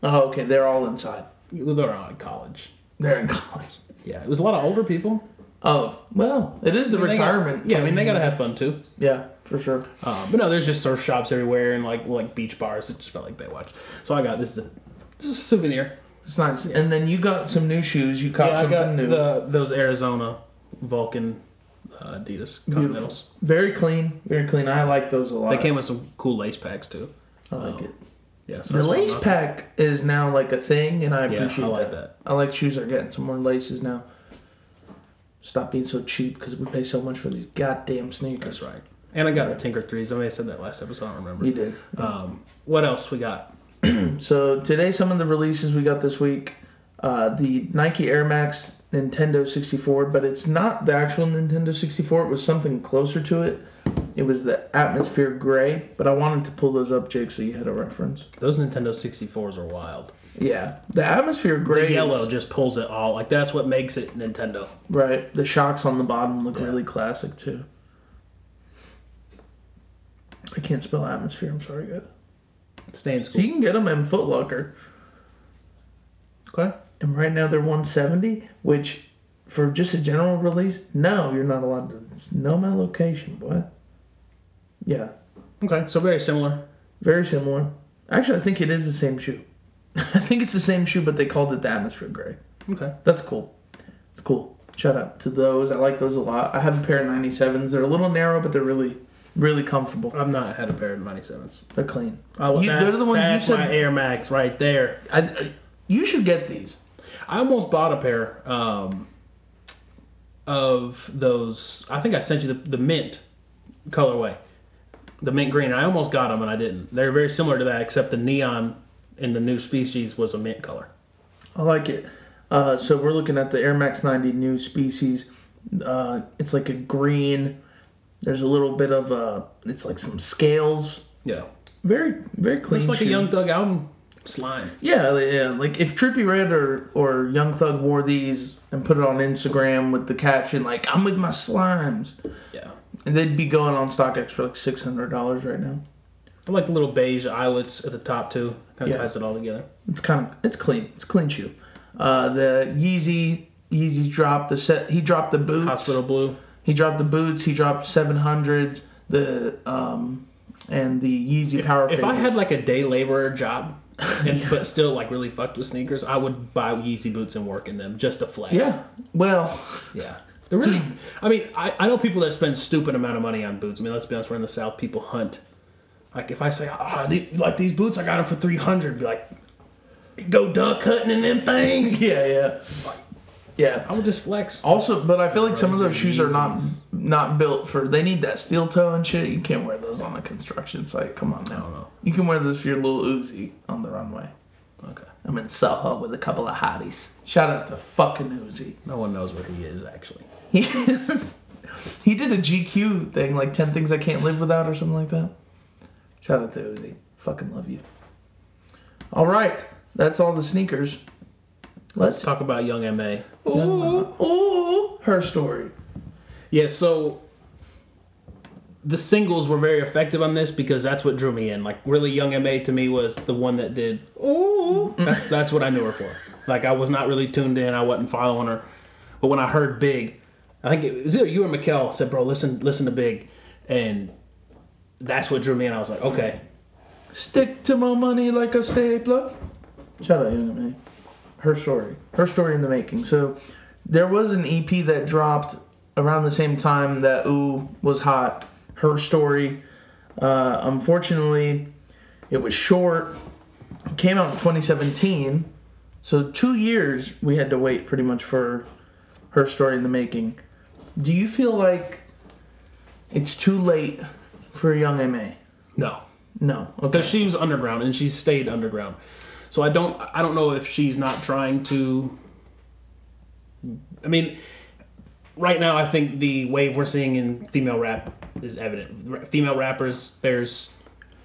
Speaker 2: Oh, okay. They're all inside.
Speaker 3: We were all in college.
Speaker 2: They're in college.
Speaker 3: Yeah, it was a lot of older people.
Speaker 2: Oh well, it is the
Speaker 3: They got-
Speaker 2: retirement.
Speaker 3: yeah, I mean
Speaker 2: plan.
Speaker 3: they gotta have fun too.
Speaker 2: Yeah, for sure.
Speaker 3: Um, but no, there's just surf shops everywhere and like like beach bars. It just felt like Baywatch. So I got this. This is a souvenir.
Speaker 2: It's nice. And then you got some new shoes. You caught
Speaker 3: Yeah, I
Speaker 2: something
Speaker 3: got
Speaker 2: new.
Speaker 3: the those Arizona Vulcan uh, Adidas Continentals.
Speaker 2: Very clean. Very clean. I like those a lot.
Speaker 3: They came with some cool lace packs too.
Speaker 2: I like it.
Speaker 3: Yeah, so
Speaker 2: The
Speaker 3: that's why I'm
Speaker 2: lace
Speaker 3: up.
Speaker 2: pack is now like a thing, and I
Speaker 3: Yeah, I
Speaker 2: appreciate
Speaker 3: like
Speaker 2: I like shoes that are getting some more laces now. Stop being so cheap because we pay so much for these goddamn sneakers.
Speaker 3: That's right. And I got a Tinker Threes. I may have said that last episode. I don't remember.
Speaker 2: You did.
Speaker 3: Um, what else we got?
Speaker 2: So today, some of the releases we got this week, uh, the Nike Air Max Nintendo 64, but it's not the actual Nintendo 64. It was something closer to it. It was the Atmosphere Gray, but I wanted to pull those up, Jake, so you had a reference.
Speaker 3: Those Nintendo 64s are wild.
Speaker 2: Yeah, the Atmosphere
Speaker 3: The
Speaker 2: Gray. is-
Speaker 3: yellow just pulls it all. Like that's what makes it Nintendo.
Speaker 2: right. The shocks on the bottom look really classic too. I can't spell atmosphere. I'm sorry, guys.
Speaker 3: Stay in
Speaker 2: So
Speaker 3: school.
Speaker 2: you can get them in Foot Locker.
Speaker 3: Okay.
Speaker 2: and right now they're 170 which for just a general release no you're not allowed to it's no my location boy yeah
Speaker 3: Okay. So very similar.
Speaker 2: very similar actually i think it is the same shoe [laughs] i think it's the same shoe but they called it the atmosphere gray
Speaker 3: Okay.
Speaker 2: that's cool it's cool shout out to those i like those a lot i have a pair of 97s they're a little narrow but they're really really comfortable
Speaker 3: I've not had a pair of 97s.
Speaker 2: they're clean
Speaker 3: Oh,
Speaker 2: You-
Speaker 3: that's,
Speaker 2: they're the ones you
Speaker 3: that's
Speaker 2: said-
Speaker 3: my Air Max right there.
Speaker 2: I, I, you should get these
Speaker 3: I almost bought a pair um, of those. I think I sent you the, the mint colorway, the mint green. I almost got them and I didn't. They're very similar to that, except the neon in the new species was a mint color.
Speaker 2: I like it. Uh, so we're looking at the Air Max 90 new species. Uh, it's like a green. There's a little bit of uh It's like some scales.
Speaker 3: Yeah,
Speaker 2: Very very clean.
Speaker 3: it's like
Speaker 2: shoe.
Speaker 3: a Young Thug album slime.
Speaker 2: Yeah, li- yeah. Like if Trippy Red or or Young Thug wore these and put it on Instagram with the caption like "I'm with my slimes,"
Speaker 3: Yeah,
Speaker 2: and they'd be going on StockX for like six hundred dollars right now.
Speaker 3: I like the little beige eyelets at the top too. Kind of
Speaker 2: Yeah.
Speaker 3: ties it all together.
Speaker 2: It's kind of it's clean. It's a clean shoe. Uh, the Yeezy Yeezy's dropped the set. He dropped the boots.
Speaker 3: Hospital blue.
Speaker 2: He dropped the boots. He dropped seven hundreds. The um and the Yeezy Power.
Speaker 3: If I
Speaker 2: Phases.
Speaker 3: had like a day
Speaker 2: [laughs]
Speaker 3: laborer job, and, but still like really fucked with sneakers, I would buy Yeezy boots and work in them just to flex.
Speaker 2: yeah, well, [laughs]
Speaker 3: Yeah. They're really, I mean, I, I know people that spend stupid amount of money on boots. I mean, let's be honest, we're in the South, people hunt. Like, if I say, ah, the- like these boots, I got them for 300, be like, go duck hunting in them [laughs] things.
Speaker 2: yeah, yeah,
Speaker 3: I
Speaker 2: yeah.
Speaker 3: would just flex.
Speaker 2: Also, but I feel like some of those
Speaker 3: Crazy
Speaker 2: shoes are not not built for. They need that steel toe and shit. You can't wear those on a construction site. Come on now.
Speaker 3: don't know.
Speaker 2: You can wear those for your little Uzi on the runway.
Speaker 3: Okay.
Speaker 2: I'm in Soho with a couple of hotties. Shout out to fucking Uzi.
Speaker 3: No one knows where he is, actually.
Speaker 2: He, he did a GQ thing, like 10 things I can't live without or something like that. Shout out to Uzi. Fucking love you. All right. That's all the sneakers. Let's
Speaker 3: Let's talk about Young MA.
Speaker 2: Ooh, ooh, her story.
Speaker 3: Yeah, so the singles were very effective on this because that's what drew me in. Like, really, Young MA to me was the one that did
Speaker 2: Ooh.
Speaker 3: [laughs] That's that's what I knew her for. Like I was not really tuned in. I wasn't following her. But when I heard Big, I think it was either you or Mikkel said, "Bro, listen, listen to Big," and that's what drew me in. I was like, "Okay,
Speaker 2: Stick to my money like a stapler. Shout out Young Man. Her story. Her story in the making. So there was an EP that dropped around the same time that Ooh was hot. Her story. Uh, unfortunately, it was short. It came out in 2017. So two years we had to wait pretty much for her story in the making. Do you feel like it's too late for young MA?
Speaker 3: No,
Speaker 2: No. Okay.
Speaker 3: because she was underground and she stayed underground. So I don't I don't know if she's not trying to. I mean, right now I think the wave we're seeing in female rap is evident. R- Female rappers, there's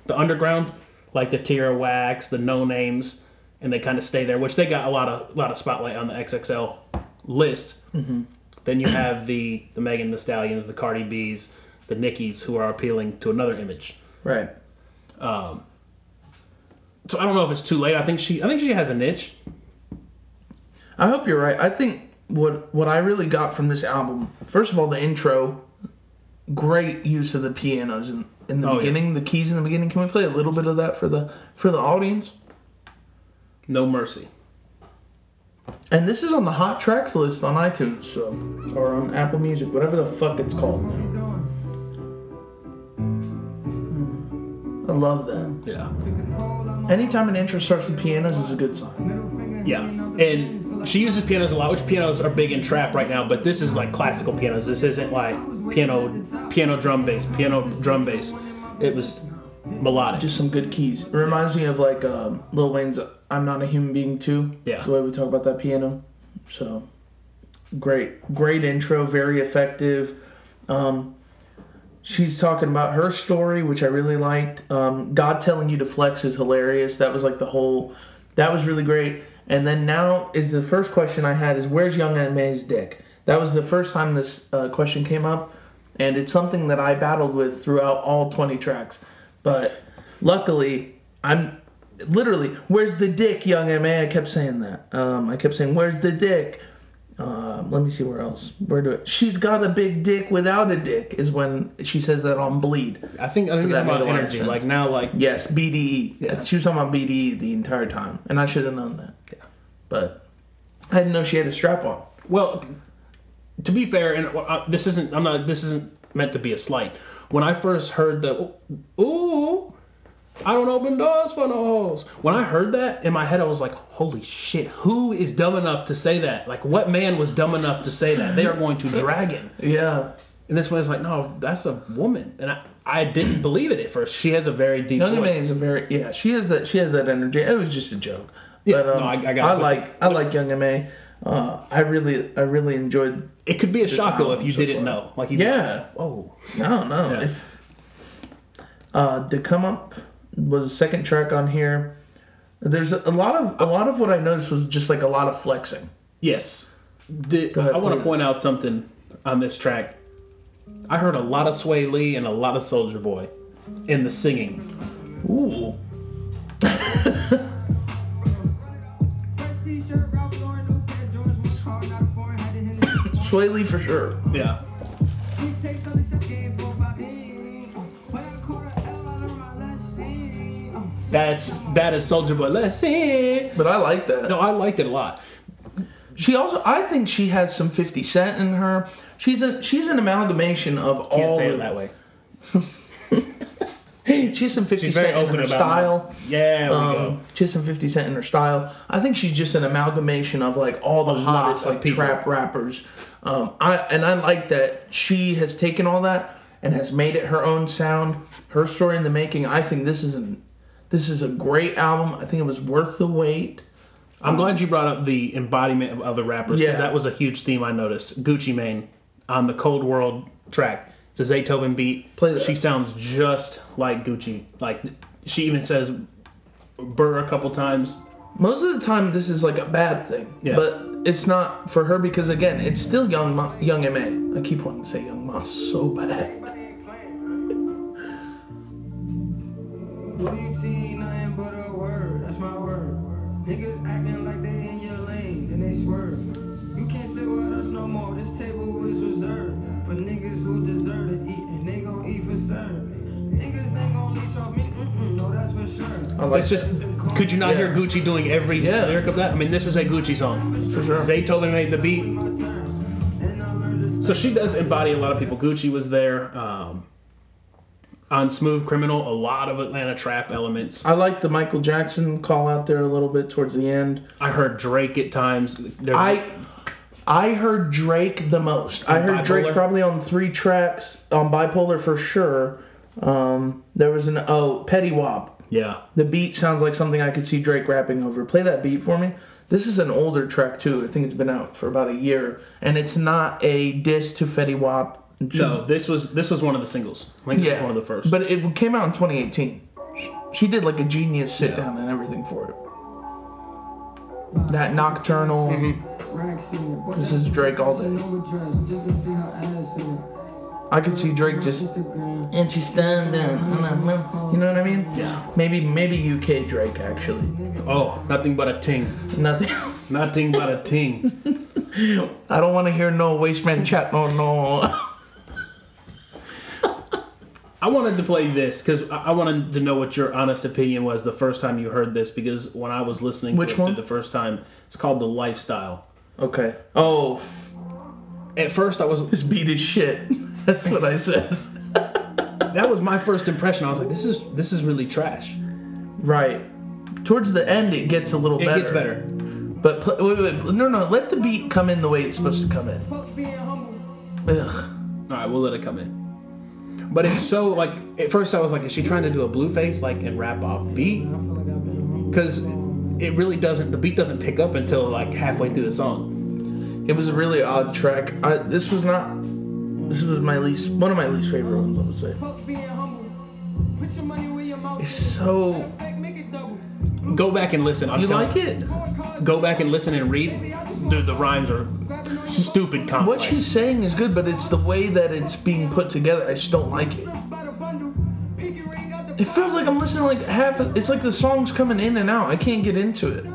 Speaker 3: the underground, like the Tierra Wax, the No Names, and they kind of stay there, which they got a lot of lot of spotlight on the XXL list. Then you have the the Megan the Stallions, the Cardi B's, the Nickies, who are appealing to another image.
Speaker 2: Right.
Speaker 3: So I don't know if it's too late. I think she I think she has a niche.
Speaker 2: I hope you're right. I think what what I really got from this album, first of all, the intro, great use of the pianos in, in the
Speaker 3: Oh, yeah.
Speaker 2: beginning, the keys in the beginning. Can we play a little bit of that for the for the audience?
Speaker 3: No mercy.
Speaker 2: And this is on the hot tracks list on iTunes, so or on Apple Music, whatever the fuck it's called. now. I love that.
Speaker 3: Yeah.
Speaker 2: Anytime an intro starts with pianos is a good sign.
Speaker 3: Yeah. And she [laughs] uses pianos a lot, which pianos are big in trap right now, but this is like classical pianos. This isn't like piano piano drum bass, piano drum bass. It was melodic.
Speaker 2: Just some good keys. It reminds me of like um, Lil Wayne's "I'm Not a Human Being" too.
Speaker 3: Yeah.
Speaker 2: The way we talk about that piano. So great, great intro, very effective. Um, she's talking about her story, which I really liked. Um, God telling you to flex is hilarious. That was like the whole. That was really great. And then now is the first question I had is where's Young and May's dick? That was the first time this uh, question came up, and it's something that I battled with throughout all 20 tracks. But luckily, I'm literally where's the dick, Young Ma? I kept saying that. Um, I kept saying where's the dick. Um, let me see where else. Where do it? She's got a big dick without a dick is when she says that on Bleed.
Speaker 3: I think I think
Speaker 2: that
Speaker 3: that about
Speaker 2: made a lot of
Speaker 3: energy.
Speaker 2: sense.
Speaker 3: Like now like
Speaker 2: Yes, BDE. She was talking about BDE the entire time, and I should have known that. Yeah. But I didn't know she had a strap on.
Speaker 3: Well, to be fair, and uh, this isn't I'm not this isn't meant to be a slight. When I first heard the ooh, I don't open doors for no holes. When I heard that in my head, I was like, holy shit, who is dumb enough to say that? Like, what man was dumb enough to say that? They are going to drag him.
Speaker 2: Yeah.
Speaker 3: And this one is like, no, that's a woman, and I, I didn't believe it at first. She has a very deep
Speaker 2: Young
Speaker 3: voice.
Speaker 2: May is a very yeah. She has that. She has that energy. It was just a joke.
Speaker 3: Yeah,
Speaker 2: But, um,
Speaker 3: no, I-
Speaker 2: I,
Speaker 3: I got it.
Speaker 2: like I like Young May. Uh, I really I really enjoyed.
Speaker 3: It could be a shock though if
Speaker 2: album
Speaker 3: you
Speaker 2: so far.
Speaker 3: didn't know. Like, you oh.
Speaker 2: Yeah.
Speaker 3: whoa,
Speaker 2: I don't know.
Speaker 3: Yeah.
Speaker 2: If, uh, the come up was the second track on here. There's a lot of a lot of what I noticed was just like a lot of flexing.
Speaker 3: Yes. The,
Speaker 2: ahead,
Speaker 3: I want
Speaker 2: play
Speaker 3: to point
Speaker 2: this.
Speaker 3: out something on this track. I heard a lot of Sway Lee and a lot of Soldier Boy in the singing.
Speaker 2: Ooh. Sway Lee for sure.
Speaker 3: Yeah. That's that is Soldier Boy. Let's see.
Speaker 2: But I like that.
Speaker 3: No, I liked it a lot.
Speaker 2: She also, I think she has some Fifty Cent in her. She's a she's an amalgamation of
Speaker 3: Can't
Speaker 2: all.
Speaker 3: say it
Speaker 2: of-
Speaker 3: that way.
Speaker 2: She has some Fifty
Speaker 3: She's
Speaker 2: Cent
Speaker 3: very open
Speaker 2: in her
Speaker 3: about
Speaker 2: style.
Speaker 3: Yeah, we go.
Speaker 2: Um, she has some Fifty Cent in her style. I think she's just an amalgamation of like all the hottest
Speaker 3: hottest of
Speaker 2: like
Speaker 3: people.
Speaker 2: trap rappers. Um, I and I like that she has taken all that and has made it her own sound. Her story in the making. I think this is an this is a great album. I think it was worth the wait.
Speaker 3: I'm glad you brought up the embodiment of other rappers
Speaker 2: Yeah.
Speaker 3: because that was a huge theme I noticed. Gucci Mane on the Cold World track. It's a Zaytoven beat.
Speaker 2: Play that.
Speaker 3: She sounds just like Gucci. Like she even says Burr a couple times.
Speaker 2: Most of the time, this is like a bad thing,
Speaker 3: Yeah.
Speaker 2: but it's not for her because again, it's still young, Ma, young Ma. I keep wanting to say young Ma so bad.
Speaker 5: That's my word. Niggas acting like they in your lane, then they swerve. You can't sit with us no more. This table was reserved for niggas who deserve to eat, and they gon' eat for certain. Niggas ain't gon' leech off me. Mm-mm, no, that's for sure.
Speaker 2: I like
Speaker 3: It's just, could you not
Speaker 2: Yeah.
Speaker 3: hear Gucci doing every
Speaker 2: Yeah.
Speaker 3: lyric of that? I mean, this is a Gucci song.
Speaker 2: For sure.
Speaker 3: Zaytoven made the beat.
Speaker 5: My turn. And I learned to
Speaker 3: So she does embody a lot of people. Gucci was there. Um, on Smooth Criminal, a lot of Atlanta trap elements.
Speaker 2: I like the Michael Jackson call out there a little bit towards the end.
Speaker 3: I heard Drake at times. There-
Speaker 2: I I heard Drake the most. I heard Drake
Speaker 3: Bipolar?
Speaker 2: probably on three tracks on Bipolar for sure. Um, there was an oh Petty Wop.
Speaker 3: yeah,
Speaker 2: The beat sounds like something I could see Drake rapping over. Play that beat for me. This is an older track too. I think it's been out for about a year, and it's not a diss to Fetty Wap.
Speaker 3: no, this was this was one of the singles. I think this was
Speaker 2: yeah,
Speaker 3: one of the first.
Speaker 2: But it came out in 2018. She did like a genius sit down and everything for it. That nocturnal.
Speaker 3: Mm-hmm.
Speaker 5: This
Speaker 2: This is Drake all day. I could see Drake just and she's standing. and I'm like, You know what I mean?
Speaker 3: Yeah.
Speaker 2: Maybe maybe UK Drake actually.
Speaker 3: oh, nothing but a ting,
Speaker 2: Nothing. [laughs]
Speaker 3: nothing but a [laughs] ting.
Speaker 2: I don't want to hear no waste man chat. No no. [laughs]
Speaker 3: I wanted to play this because I I wanted to know what your honest opinion was the first time you heard this because when I was listening
Speaker 2: Which
Speaker 3: to it
Speaker 2: one?
Speaker 3: the first time, it's called the lifestyle.
Speaker 2: Okay. Oh,
Speaker 3: At first, I was
Speaker 2: this beat is shit. [laughs] That's what I said.
Speaker 3: that was my first impression. I was like, this is this is really trash.
Speaker 2: Right. Towards the end, it gets a little
Speaker 3: It
Speaker 2: better.
Speaker 3: gets better.
Speaker 2: But pl- wait, wait, wait. no, no. Let the beat come in the way it's supposed to come in. Ugh.
Speaker 3: All right, we'll let it come in. But it's so like at first I was like, is she trying to do a blue face like and rap off beat? Because it really doesn't. The beat doesn't pick up until like halfway through the song.
Speaker 2: It was a really odd track. I, this was not. This was my least, one of my least favorite ones. I would say. It's so.
Speaker 3: Go back and listen. I'm
Speaker 2: You
Speaker 3: telling-
Speaker 2: like it?
Speaker 3: Go back and listen and read. The, the rhymes are stupid
Speaker 2: What
Speaker 3: complex.
Speaker 2: she's saying is good, but it's the way that it's being put together. I just don't like it. It feels like I'm listening like half. Of, it's like the song's coming in and out. I can't get into it.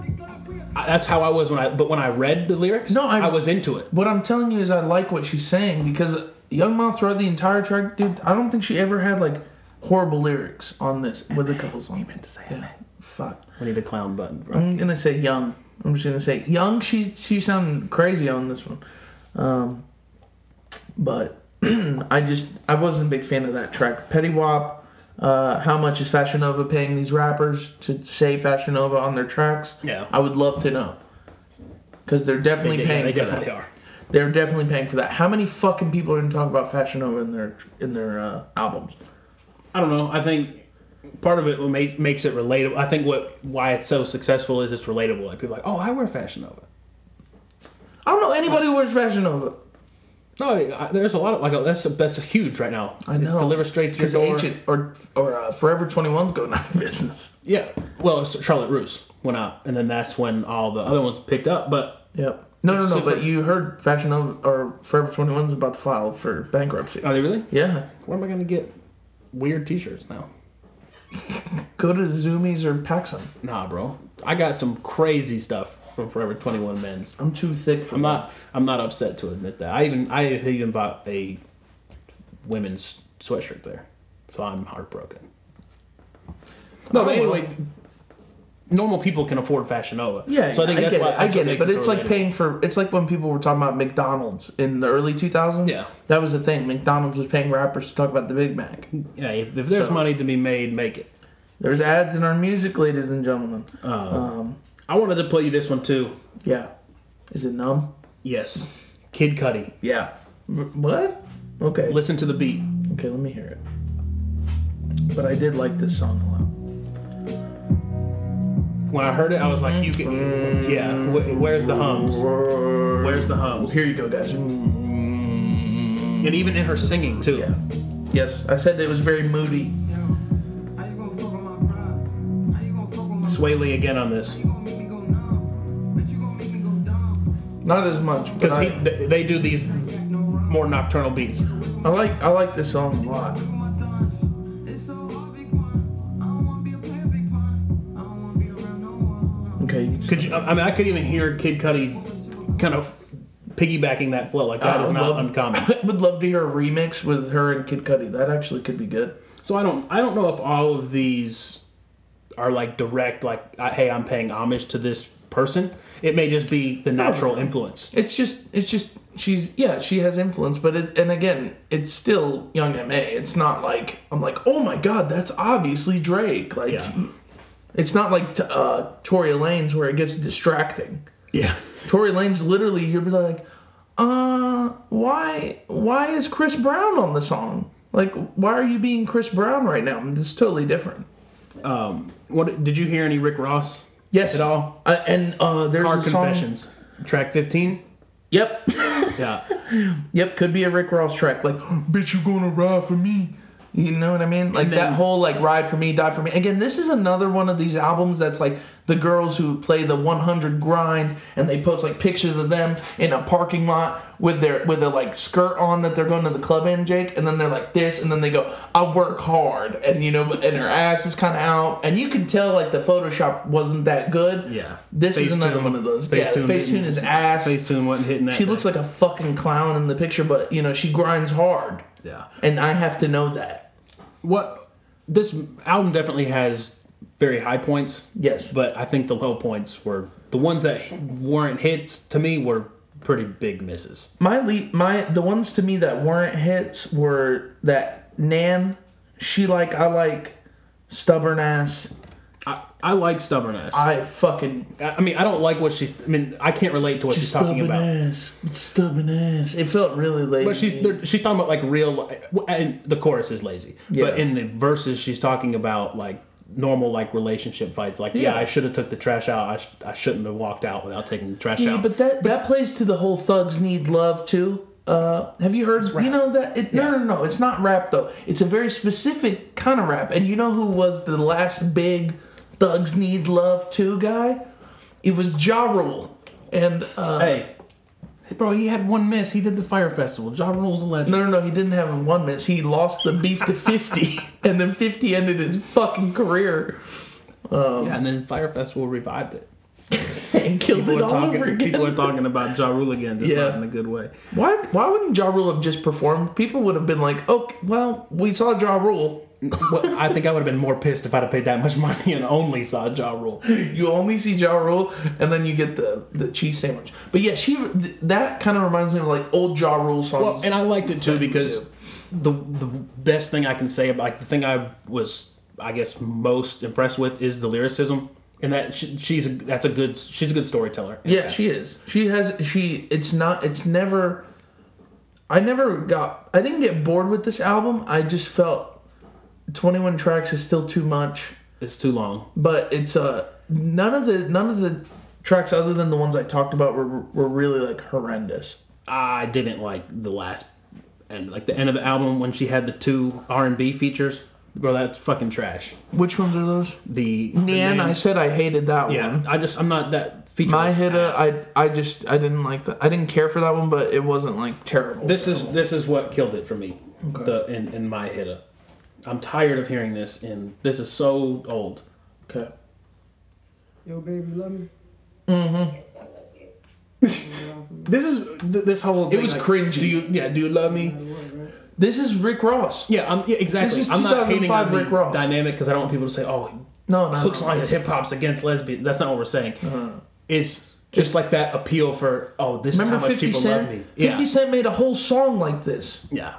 Speaker 3: I- That's how I was when I. But when I read the lyrics,
Speaker 2: No, I-
Speaker 3: I was into it.
Speaker 2: What I'm telling you is I like what she's saying because Young Ma throughout the entire track, dude. I don't think she ever had like horrible lyrics on this with a couple songs.
Speaker 3: to say
Speaker 2: Yeah, fuck.
Speaker 3: We need a clown button. Bro.
Speaker 2: I'm gonna say Young. I'm just gonna say Young. She she sounded crazy on this one, um, but [clears throat] I just I wasn't a big fan of that track. Petty Wap. Uh, how much is Fashion Nova paying these rappers to say Fashion Nova on their tracks?
Speaker 3: Yeah.
Speaker 2: I would love to know. Because they're
Speaker 3: They,
Speaker 2: definitely
Speaker 3: they,
Speaker 2: paying
Speaker 3: they
Speaker 2: for
Speaker 3: definitely
Speaker 2: that.
Speaker 3: are.
Speaker 2: They're definitely paying for that. How many fucking people are gonna talk about Fashion Nova in their in their uh, albums?
Speaker 3: I don't know. I think part of it what make, makes it relatable. I think what why it's so successful is it's relatable. Like people are like, oh, I wear Fashion Nova.
Speaker 2: I don't know anybody who wears Fashion Nova.
Speaker 3: No, I, I- there's a lot of like oh, that's that's huge right now.
Speaker 2: I know.
Speaker 3: It delivers straight to your
Speaker 2: Because
Speaker 3: door.
Speaker 2: Ancient or or uh, Forever 21's [laughs] going out of business.
Speaker 3: Yeah. Well, it's Charlotte Roos went out, and then that's when all the other ones picked up. But
Speaker 2: Yep. No,
Speaker 3: It's
Speaker 2: no, no.
Speaker 3: super-
Speaker 2: But you heard Fashion Nova or Forever 21's about to file for bankruptcy.
Speaker 3: are they really?
Speaker 2: yeah.
Speaker 3: Where am I gonna get weird T-shirts now?
Speaker 2: Go to Zoomies or Paxson.
Speaker 3: Nah, bro. I got some crazy stuff from Forever 21 Men's.
Speaker 2: I'm too thick for
Speaker 3: I'm
Speaker 2: that.
Speaker 3: not. I'm not upset to admit that. I even. I even bought a women's sweatshirt there, so I'm heartbroken. No, but
Speaker 2: Oh, well.
Speaker 3: anyway, normal people can afford Fashion Nova.
Speaker 2: Yeah,
Speaker 3: so I think that's
Speaker 2: get
Speaker 3: why
Speaker 2: it. I
Speaker 3: that's what
Speaker 2: get it,
Speaker 3: makes
Speaker 2: but
Speaker 3: so
Speaker 2: it's like
Speaker 3: relatable.
Speaker 2: paying for. It's like when people were talking about McDonald's in the early 2000s.
Speaker 3: Yeah.
Speaker 2: that was the thing. McDonald's was paying rappers to talk about the Big Mac.
Speaker 3: Yeah, if, if there's
Speaker 2: So-
Speaker 3: money to be made, make it.
Speaker 2: There's ads in our music, ladies and gentlemen. Uh, Um,
Speaker 3: I wanted to play you this one too.
Speaker 2: Yeah, is it numb?
Speaker 3: Yes, Kid Cudi.
Speaker 2: Yeah. What? Okay.
Speaker 3: Listen to the beat.
Speaker 2: Okay, let me hear it. But I did like this song a lot.
Speaker 3: When I heard it, I was like, "You can." Yeah. Wh- where's the hums? Where's the hums?
Speaker 2: Here you go, guys. Mm.
Speaker 3: And even in her singing too.
Speaker 2: Yeah. Yes, I said it was very moody.
Speaker 3: Sway Lee again on this.
Speaker 2: Not as much but
Speaker 3: because
Speaker 2: I,
Speaker 3: he th- they do these more nocturnal beats.
Speaker 2: I like I like this song a lot. Okay. you can-
Speaker 3: Could you? I I mean, I could even hear Kid Cudi kind of piggybacking that flow. Like that
Speaker 2: I
Speaker 3: is
Speaker 2: would
Speaker 3: not
Speaker 2: love-
Speaker 3: [laughs] uncommon.
Speaker 2: I [laughs] would love to hear a remix with her and Kid Cudi. That actually could be good.
Speaker 3: So I don't I don't know if all of these are like direct like I- hey I'm paying homage to this person. It may just be the natural influence.
Speaker 2: It's just it's just she's yeah she has influence but it and again it's still young ma it's not like i'm like oh my god that's obviously drake like
Speaker 3: Yeah.
Speaker 2: it's not like t- uh tory lanes where it gets distracting
Speaker 3: Yeah.
Speaker 2: tory lanes literally you'd be like uh why why is chris brown on the song like why are you being chris brown right now it's totally different
Speaker 3: Um, what did you hear any Rick Ross?
Speaker 2: yes
Speaker 3: At all?
Speaker 2: uh, and uh there's
Speaker 3: Car
Speaker 2: a song-
Speaker 3: Confessions, track fifteen.
Speaker 2: yep
Speaker 3: Yeah.
Speaker 2: Yep, could be a Rick Ross track. Like, [gasps] bitch, you gonna ride for me? You know what I mean? Like
Speaker 3: then-
Speaker 2: that whole like ride for me, die for me. Again, this is another one of these albums that's like the girls who play the 100 grind and they post like pictures of them in a parking lot with their with a like skirt on that they're going to the club in, Jake, and then they're like this, and then they go, I work hard, and you know, and her ass is kind of out, and you can tell like the Photoshop wasn't that good.
Speaker 3: Yeah. [laughs]
Speaker 2: this is
Speaker 3: Facetune.
Speaker 2: another one of those. Face yeah,
Speaker 3: Facetune
Speaker 2: Facetune
Speaker 3: didn't-
Speaker 2: is ass.
Speaker 3: Facetune wasn't hitting that.
Speaker 2: She looks like a fucking clown in the picture, but you know she grinds hard,
Speaker 3: Yeah.
Speaker 2: and I have to know that.
Speaker 3: What this album definitely has very high points.
Speaker 2: Yes, but
Speaker 3: But I think the low points were the ones that weren't hits to me were pretty big misses.
Speaker 2: my le- my the ones to me that weren't hits were that Nan, she like I like, stubborn ass.
Speaker 3: I, I like stubborn ass. I,
Speaker 2: I fucking
Speaker 3: I mean, I don't like what she's. I mean, I can't relate to what she's talking about.
Speaker 2: ass, stubborn ass. It felt really late.
Speaker 3: But she's they're- she's talking about like real. li- And the chorus is lazy.
Speaker 2: Yeah.
Speaker 3: But in the verses, she's talking about like normal like relationship fights. Like yeah,
Speaker 2: Yeah.
Speaker 3: I should have took the trash out. I, sh- I shouldn't have walked out without taking the trash
Speaker 2: yeah,
Speaker 3: out.
Speaker 2: but that that plays to the whole thugs need love too. Uh, have you heard? You know that it, no, no, no. It's not rap though. It's a very specific kind of rap. And you know who was the last big thugs need love too guy? It was Ja Rule. And uh,
Speaker 3: hey, bro, he had one miss. He did the fire festival. John Rule's a legend.
Speaker 2: no, no, no. He didn't have one miss. He lost the beef to Fifty, [laughs] and then Fifty ended his fucking career
Speaker 3: Yeah, and then Fire Festival revived it.
Speaker 2: and killed
Speaker 3: People
Speaker 2: it
Speaker 3: are,
Speaker 2: all
Speaker 3: talking,
Speaker 2: over again.
Speaker 3: people are talking about Ja Rule again, just
Speaker 2: Yeah.
Speaker 3: not in a good way.
Speaker 2: [laughs] Why? Why wouldn't Ja Rule have just performed? People would have been like, "Oh, well, we saw Ja Rule.
Speaker 3: Well, I think I would have been more pissed if I'd have paid that much money and only saw Ja Rule.
Speaker 2: You only see Ja Rule, and then you get the the cheese sandwich. But yeah, she th- that kind of reminds me of like old Ja Rule songs.
Speaker 3: Well, and I liked it too because the the best thing I can say about like, the thing I was I guess most impressed with is the lyricism and that she, she's a, that's a good she's a good storyteller.
Speaker 2: yeah, she is. She has. She. It's not. It's never. I never got. I didn't get bored with this album. I just felt twenty one tracks is still too much.
Speaker 3: It's too long.
Speaker 2: but it's uh none of the none of the tracks other than the ones I talked about were were really like horrendous.
Speaker 3: I didn't like the last and like the end of the album when she had the two R and B features. Bro, that's fucking trash.
Speaker 2: Which ones are those?
Speaker 3: The
Speaker 2: Nan,
Speaker 3: the
Speaker 2: I said I hated that
Speaker 3: yeah.
Speaker 2: one.
Speaker 3: I just I'm not that feature.
Speaker 2: My
Speaker 3: was
Speaker 2: Hitta,
Speaker 3: ass.
Speaker 2: I I just I didn't like that. I didn't care for that one, but it wasn't like terrible.
Speaker 3: This is this is what killed it for me. The in, in my hitta. I'm tired of hearing this and this is so old.
Speaker 2: okay.
Speaker 5: Yo, baby, love me.
Speaker 2: Mm-hmm.
Speaker 3: [laughs] This is th- this whole
Speaker 2: It was cringy.
Speaker 3: yeah, do you love me?
Speaker 2: This is Rick Ross.
Speaker 3: Yeah, I'm yeah, exactly.
Speaker 2: This is
Speaker 3: I'm not hating on
Speaker 2: 2005
Speaker 3: the
Speaker 2: Rick Ross.
Speaker 3: dynamic because I don't want people to say, "Oh,
Speaker 2: No, no.
Speaker 3: hooks
Speaker 2: no.
Speaker 3: lines and hip hop's against lesbian." That's not what we're saying. It's just
Speaker 2: Uh-huh. It's-
Speaker 3: like that appeal for, "Oh, this is how
Speaker 2: Remember
Speaker 3: much
Speaker 2: Fifty
Speaker 3: people
Speaker 2: Cent?
Speaker 3: love me." Yeah,
Speaker 2: Fifty Cent made a whole song like this.
Speaker 3: yeah.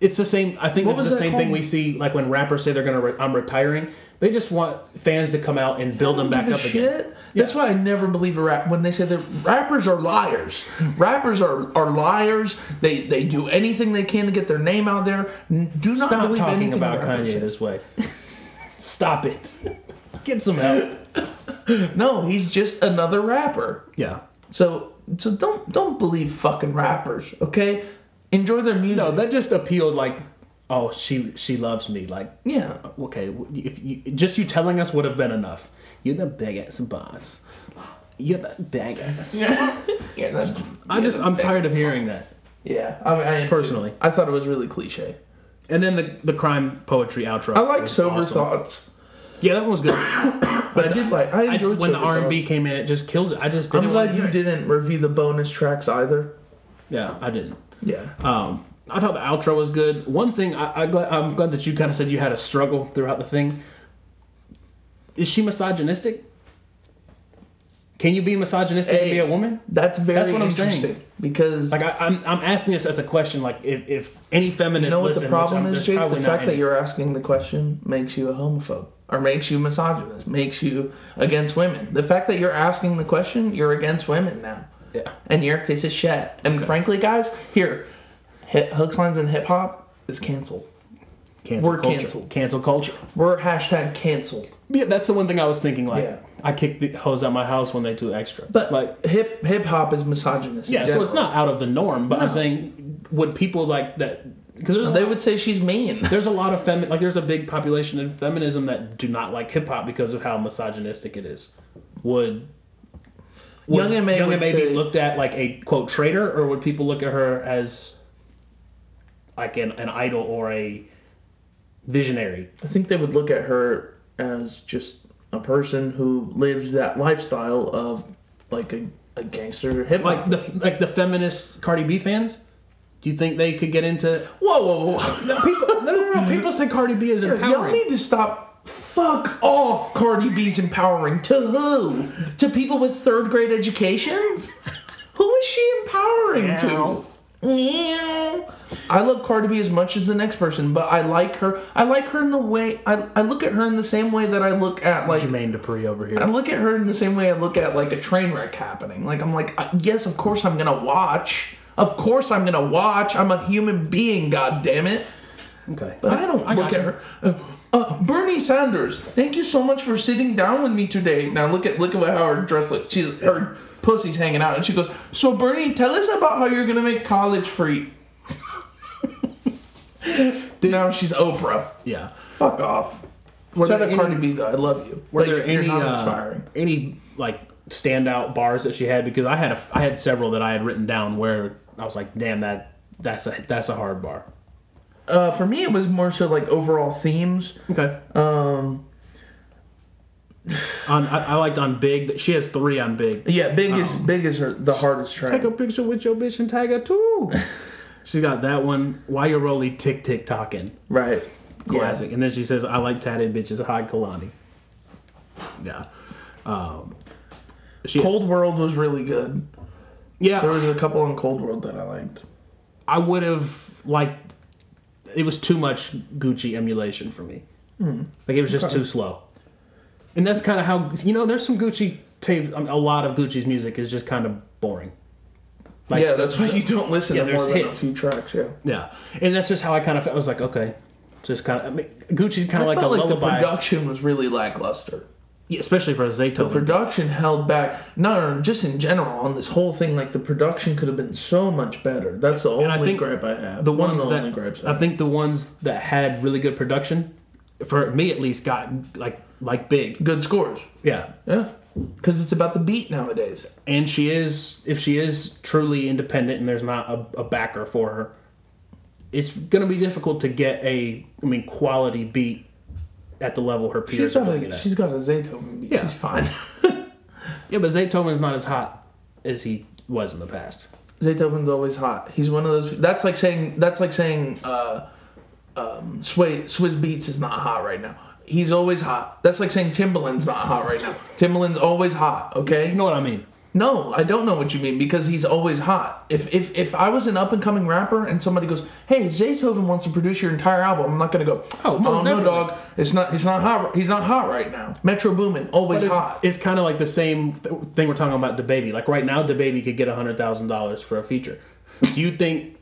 Speaker 3: It's the same. I think
Speaker 2: What
Speaker 3: it's
Speaker 2: was
Speaker 3: the
Speaker 2: that
Speaker 3: same thing
Speaker 2: called?
Speaker 3: we see like when rappers say they're gonna. Re- I'm retiring. They just want fans to come out and build them back
Speaker 2: Give a
Speaker 3: up again.
Speaker 2: shit. That's why I never believe a rap when they say that rappers are liars. rappers are, are liars. They they do anything they can to get their name out there. N- Do not
Speaker 3: Stop
Speaker 2: believe
Speaker 3: talking
Speaker 2: anything
Speaker 3: about
Speaker 2: rappers
Speaker 3: Kanye
Speaker 2: say.
Speaker 3: this way. Stop it. Get some help.
Speaker 2: [laughs] No, he's just another rapper.
Speaker 3: Yeah.
Speaker 2: So so don't don't believe fucking rappers. Okay, enjoy their music.
Speaker 3: No, that just appealed like, oh, she she loves me. Like,
Speaker 2: yeah.
Speaker 3: okay, w- if you, just you telling us would have been enough. You're the big ass boss. You're the big ass.
Speaker 2: yeah, that's,
Speaker 3: I just I'm tired of hearing that.
Speaker 2: yeah. I, mean, I am too.
Speaker 3: Personally.
Speaker 2: I thought it was really cliche.
Speaker 3: And then the the crime poetry outro.
Speaker 2: I like
Speaker 3: was
Speaker 2: sober
Speaker 3: awesome.
Speaker 2: thoughts,
Speaker 3: Yeah, that one was good.
Speaker 2: but [coughs] I did like I
Speaker 3: I,
Speaker 2: enjoyed
Speaker 3: when the
Speaker 2: Sober
Speaker 3: R and B
Speaker 2: Thoughts.
Speaker 3: came in, it just kills it. I just didn't
Speaker 2: I'm
Speaker 3: wanna
Speaker 2: glad
Speaker 3: hear
Speaker 2: you
Speaker 3: it.
Speaker 2: didn't review the bonus tracks either. Uh,
Speaker 3: Yeah, I didn't.
Speaker 2: Yeah.
Speaker 3: Um, I thought the outro was good. One thing I, I gl- I'm glad that you kind of said you had a struggle throughout the thing. Is she misogynistic? Can you be misogynistic and
Speaker 2: Hey.
Speaker 3: be a woman?
Speaker 2: That's very
Speaker 3: That's what I'm saying.
Speaker 2: interesting because
Speaker 3: Like I, I'm, I'm asking this as a question. Like if, if any feminist,
Speaker 2: you know what
Speaker 3: listen,
Speaker 2: the
Speaker 3: which
Speaker 2: problem
Speaker 3: I'm-
Speaker 2: is,
Speaker 3: there's
Speaker 2: Jake.
Speaker 3: probably
Speaker 2: The
Speaker 3: not
Speaker 2: fact that
Speaker 3: any.
Speaker 2: you're asking the question makes you a homophobe or makes you misogynist, makes you against women. The fact that you're asking the question, you're against women now.
Speaker 3: Yeah.
Speaker 2: And you're a piece of shit. And frankly, guys, here, hit, hooks, lines, and hip hop is canceled.
Speaker 3: cancel
Speaker 2: we're
Speaker 3: culture.
Speaker 2: canceled.
Speaker 3: Cancel culture.
Speaker 2: We're hashtag canceled.
Speaker 3: Yeah, that's the one thing I was thinking. Like,
Speaker 2: Yeah.
Speaker 3: I kicked the hoes out my house when they do extra.
Speaker 2: But
Speaker 3: like,
Speaker 2: hip hip hop is misogynist. in
Speaker 3: yeah, so it's
Speaker 2: general.
Speaker 3: not out of the norm. But I'm
Speaker 2: No.
Speaker 3: saying, would people like that? Because there's a
Speaker 2: They would say she's mean.
Speaker 3: there's a lot of femi- like there's a big population in feminism that do not like hip hop because of how misogynistic it is. Would, would
Speaker 2: Young MA
Speaker 3: Young
Speaker 2: would
Speaker 3: MA be
Speaker 2: say-
Speaker 3: looked at like a quote traitor, or would people look at her as like an, an idol or a visionary?
Speaker 2: I think they would look at her as just a person who lives that lifestyle of like a, a gangster hip hop.
Speaker 3: Like the like the feminist Cardi B fans. Do you think they could get into?
Speaker 2: whoa, whoa,
Speaker 3: [laughs]
Speaker 2: whoa!
Speaker 3: People, no, no, no. [laughs] People say Cardi B is
Speaker 2: Y'all
Speaker 3: empowering.
Speaker 2: need to stop. Fuck off, Cardi B's empowering. To who? To people with third grade educations? Who is she empowering
Speaker 3: Meow.
Speaker 2: to? Meow. I love Cardi B as much as the next person, but I like her. I like her in the way I, I look at her in the same way that I look at like
Speaker 3: Jermaine Dupri over here.
Speaker 2: I look at her in the same way I look at like a train wreck happening. Like I'm like, uh, yes, of course I'm gonna watch. Of course I'm gonna watch. I'm a human being, god damn it.
Speaker 3: Okay,
Speaker 2: But I don't look at
Speaker 3: got you.
Speaker 2: her. Uh, uh, Bernie Sanders, thank you so much for sitting down with me today. Now look at look at how her dress looks. She's her pussy's hanging out, and she goes. So Bernie, tell us about how you're gonna make college free. [laughs] now she's Oprah.
Speaker 3: Yeah.
Speaker 2: Fuck off. Shout
Speaker 3: there
Speaker 2: out
Speaker 3: any-
Speaker 2: Cardi B though. I love you.
Speaker 3: Were
Speaker 2: But
Speaker 3: there
Speaker 2: you're
Speaker 3: any
Speaker 2: not
Speaker 3: uh,
Speaker 2: inspiring?
Speaker 3: any like standout bars that she had? Because I had a I had several that I had written down where I was like, damn that that's a that's a hard bar.
Speaker 2: Uh, for me, it was more so like overall themes.
Speaker 3: Okay. Um. on I, I liked on big. that She has three on big.
Speaker 2: Yeah, big is big is her the hardest track.
Speaker 3: Oh. Take a picture with your bitch and tag her too. [laughs] She's got that one. Why you rolly tick tick tocking
Speaker 2: right.
Speaker 3: classic. And then she says, I like tatted bitches. Hide Kalani. Yeah. Um. She,
Speaker 2: Yeah. Cold World was really good.
Speaker 3: yeah.
Speaker 2: There was a couple on Cold World that I liked.
Speaker 3: I would have liked. It was too much Gucci emulation for me.
Speaker 2: Hmm.
Speaker 3: Like it was just too slow. And that's kind of how you know. There's some Gucci tapes. I mean, a lot of Gucci's music is just kind of boring. Like,
Speaker 2: yeah, that's why you don't listen
Speaker 3: yeah,
Speaker 2: to
Speaker 3: there's
Speaker 2: more than a
Speaker 3: hits.
Speaker 2: few tracks. Yeah.
Speaker 3: yeah. And that's just how I kind of. felt. I was like, okay, just kind of. I mean, Gucci's kind of
Speaker 2: I
Speaker 3: like a
Speaker 2: felt like the
Speaker 3: lullaby,
Speaker 2: production was really lackluster.
Speaker 3: Yeah, especially for a Zaytoven.
Speaker 2: Production held back. No, no, just in general on this whole thing. Like the production could have been so much better. That's the only
Speaker 3: I think
Speaker 2: gripe I have.
Speaker 3: the
Speaker 2: One
Speaker 3: ones
Speaker 2: of the
Speaker 3: that
Speaker 2: only gripes
Speaker 3: I think the ones that had really good production, for me at least, got like like big.
Speaker 2: good scores.
Speaker 3: Yeah,
Speaker 2: Yeah, because it's about the beat nowadays.
Speaker 3: and she is if she is truly independent and there's not a, a backer for her it's going to be difficult to get a i mean quality beat at the level her peers
Speaker 2: She's
Speaker 3: are
Speaker 2: got
Speaker 3: doing it
Speaker 2: a
Speaker 3: at.
Speaker 2: she's got a Zaytoven beat.
Speaker 3: Yeah.
Speaker 2: She's fine. [laughs]
Speaker 3: yeah but zaytoven's not as hot as he was in the past
Speaker 2: Zaytoven's always hot. He's one of those. That's like saying that's like saying uh, um, Sway, Swiss Beats is not hot right now. He's always hot. That's like saying Timbaland's not hot right now. Timbaland's always hot.
Speaker 3: you
Speaker 2: Okay.
Speaker 3: know what i mean
Speaker 2: No, I don't know what you mean because he's always hot. If if if I was an up and coming rapper and somebody goes, "Hey, Zaytoven wants to produce your entire album," I'm not gonna go.
Speaker 3: Oh, most
Speaker 2: no,
Speaker 3: definitely."
Speaker 2: dog. It's not. He's not hot. He's not hot right now. Metro Boomin always
Speaker 3: it's,
Speaker 2: hot.
Speaker 3: it's kind of like the same th- thing we're talking about DaBaby. Like right now, DaBaby could get hundred thousand dollars for a feature. Do you think?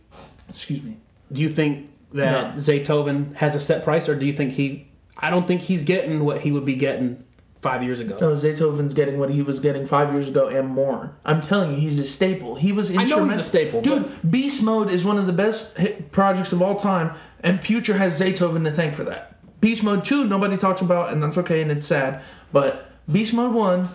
Speaker 2: Excuse me.
Speaker 3: Do you think that
Speaker 2: No.
Speaker 3: Zaytoven has a set price, or do you think he? I don't think he's getting what he would be getting five years ago.
Speaker 2: No, Zaytoven's getting what he was getting five years ago and more. I'm telling you, he's a staple. He was
Speaker 3: know he's a
Speaker 2: instrumental.
Speaker 3: staple,
Speaker 2: dude. Beast Mode is one of the best hit projects of all time, and Future has Zaytoven to thank for that. Beast Mode Two, nobody talks about, and that's okay, and it's sad. But Beast Mode One,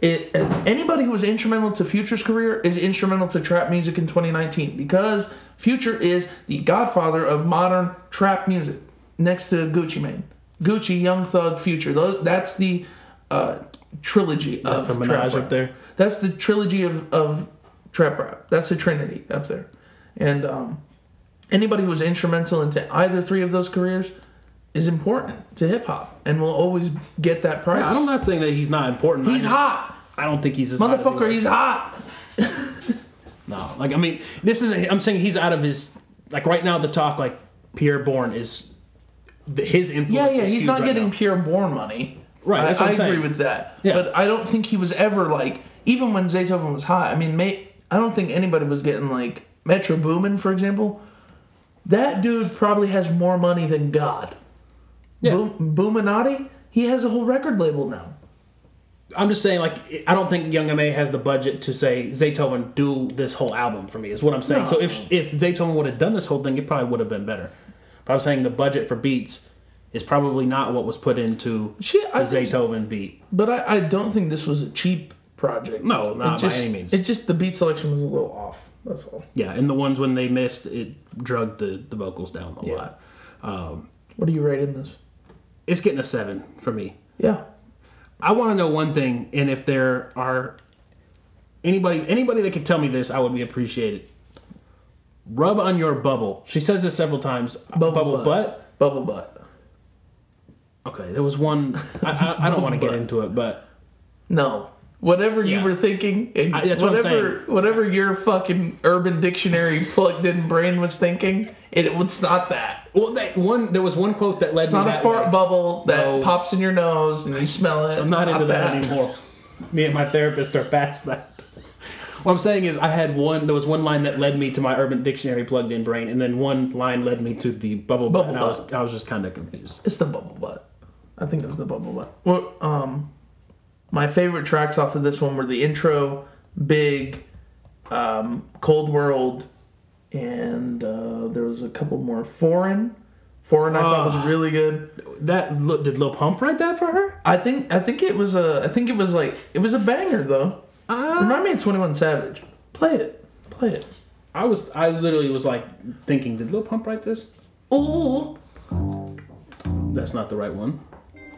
Speaker 2: it anybody who was instrumental to Future's career is instrumental to trap music in 2019 because Future is the godfather of modern trap music, next to Gucci Mane, Gucci, Young Thug, Future. Those, that's the uh, trilogy
Speaker 3: That's
Speaker 2: of
Speaker 3: the
Speaker 2: trap
Speaker 3: menage
Speaker 2: rap.
Speaker 3: up there.
Speaker 2: That's the trilogy of, of trap rap. That's the trinity up there. And um, anybody who was instrumental into either three of those careers is important to hip hop and will always get that price.
Speaker 3: I'm not saying that he's not important. I
Speaker 2: He's
Speaker 3: just-
Speaker 2: hot.
Speaker 3: I don't think he's as hot as he
Speaker 2: Motherfucker,
Speaker 3: was.
Speaker 2: he's hot.
Speaker 3: No, like I mean, this is I'm saying he's out of his like right now. The talk like Pierre Bourne is the, his influence.
Speaker 2: Yeah, yeah,
Speaker 3: is
Speaker 2: he's
Speaker 3: huge
Speaker 2: not
Speaker 3: right
Speaker 2: getting
Speaker 3: now.
Speaker 2: pure born money.
Speaker 3: Right, that's
Speaker 2: I,
Speaker 3: what I'm
Speaker 2: I agree
Speaker 3: saying.
Speaker 2: with that.
Speaker 3: Yeah.
Speaker 2: But I don't think he was ever like even when Zaytoven was hot. I mean, may, I don't think anybody was getting like Metro Boomin, for example. That dude probably has more money than God.
Speaker 3: Yeah.
Speaker 2: Boom, Boominati, he has a whole record label now.
Speaker 3: I'm just saying like I don't think Young Ma has the budget to say Zaytoven do this whole album for me is what I'm saying. So if if Zaytoven would have done this whole thing, it probably would have been better. But I'm saying the budget for beats is probably not what was put into
Speaker 2: Shit,
Speaker 3: the
Speaker 2: I think-
Speaker 3: Zaytoven beat.
Speaker 2: But I, I don't think this was a cheap project.
Speaker 3: No, not
Speaker 2: It
Speaker 3: by
Speaker 2: just-
Speaker 3: any means.
Speaker 2: It just the beat selection was a little off. That's all.
Speaker 3: yeah, and the ones when they missed, it drugged the the vocals down a lot. Um,
Speaker 2: What are you rating this?
Speaker 3: It's getting a seven for me.
Speaker 2: Yeah.
Speaker 3: I want to know one thing, and if there are anybody anybody that could tell me this, I would be appreciated. Rub on your bubble. She says this several times. Bubble, butt.
Speaker 2: Bubble butt.
Speaker 3: Okay, there was one. I, I, I don't want to get
Speaker 2: butt.
Speaker 3: into it, but
Speaker 2: No. Whatever
Speaker 3: Yeah.
Speaker 2: you were thinking, and
Speaker 3: I- that's what I'm
Speaker 2: whatever whatever your fucking Urban Dictionary plugged in brain was thinking, it, it's not that.
Speaker 3: well, that one there was one quote that led
Speaker 2: It's
Speaker 3: me
Speaker 2: not a
Speaker 3: that
Speaker 2: fart
Speaker 3: way.
Speaker 2: bubble that
Speaker 3: No.
Speaker 2: pops in your nose and you smell it.
Speaker 3: I'm not into that anymore. Me and my therapist are past that. What I'm saying is, I had one. There was one line that led me to my Urban Dictionary plugged-in brain, and then one line led me to the bubble. butt,
Speaker 2: Bubble
Speaker 3: and I was
Speaker 2: butt.
Speaker 3: I was just kind of confused.
Speaker 2: It's the bubble butt. I think it was the bubble butt. Well, um, my favorite tracks off of this one were the intro, Big, um, Cold World, and uh, there was a couple more. Foreign, Foreign I thought was really good.
Speaker 3: That Lil- did Lil Pump write that for her?
Speaker 2: I think I think it was a I think it was like it was a banger though.
Speaker 3: Uh,
Speaker 2: Remind me of Twenty One Savage. Play it, play it.
Speaker 3: I was I literally was like thinking, did Lil Pump write this?
Speaker 2: Ooh,
Speaker 3: That's not the right one.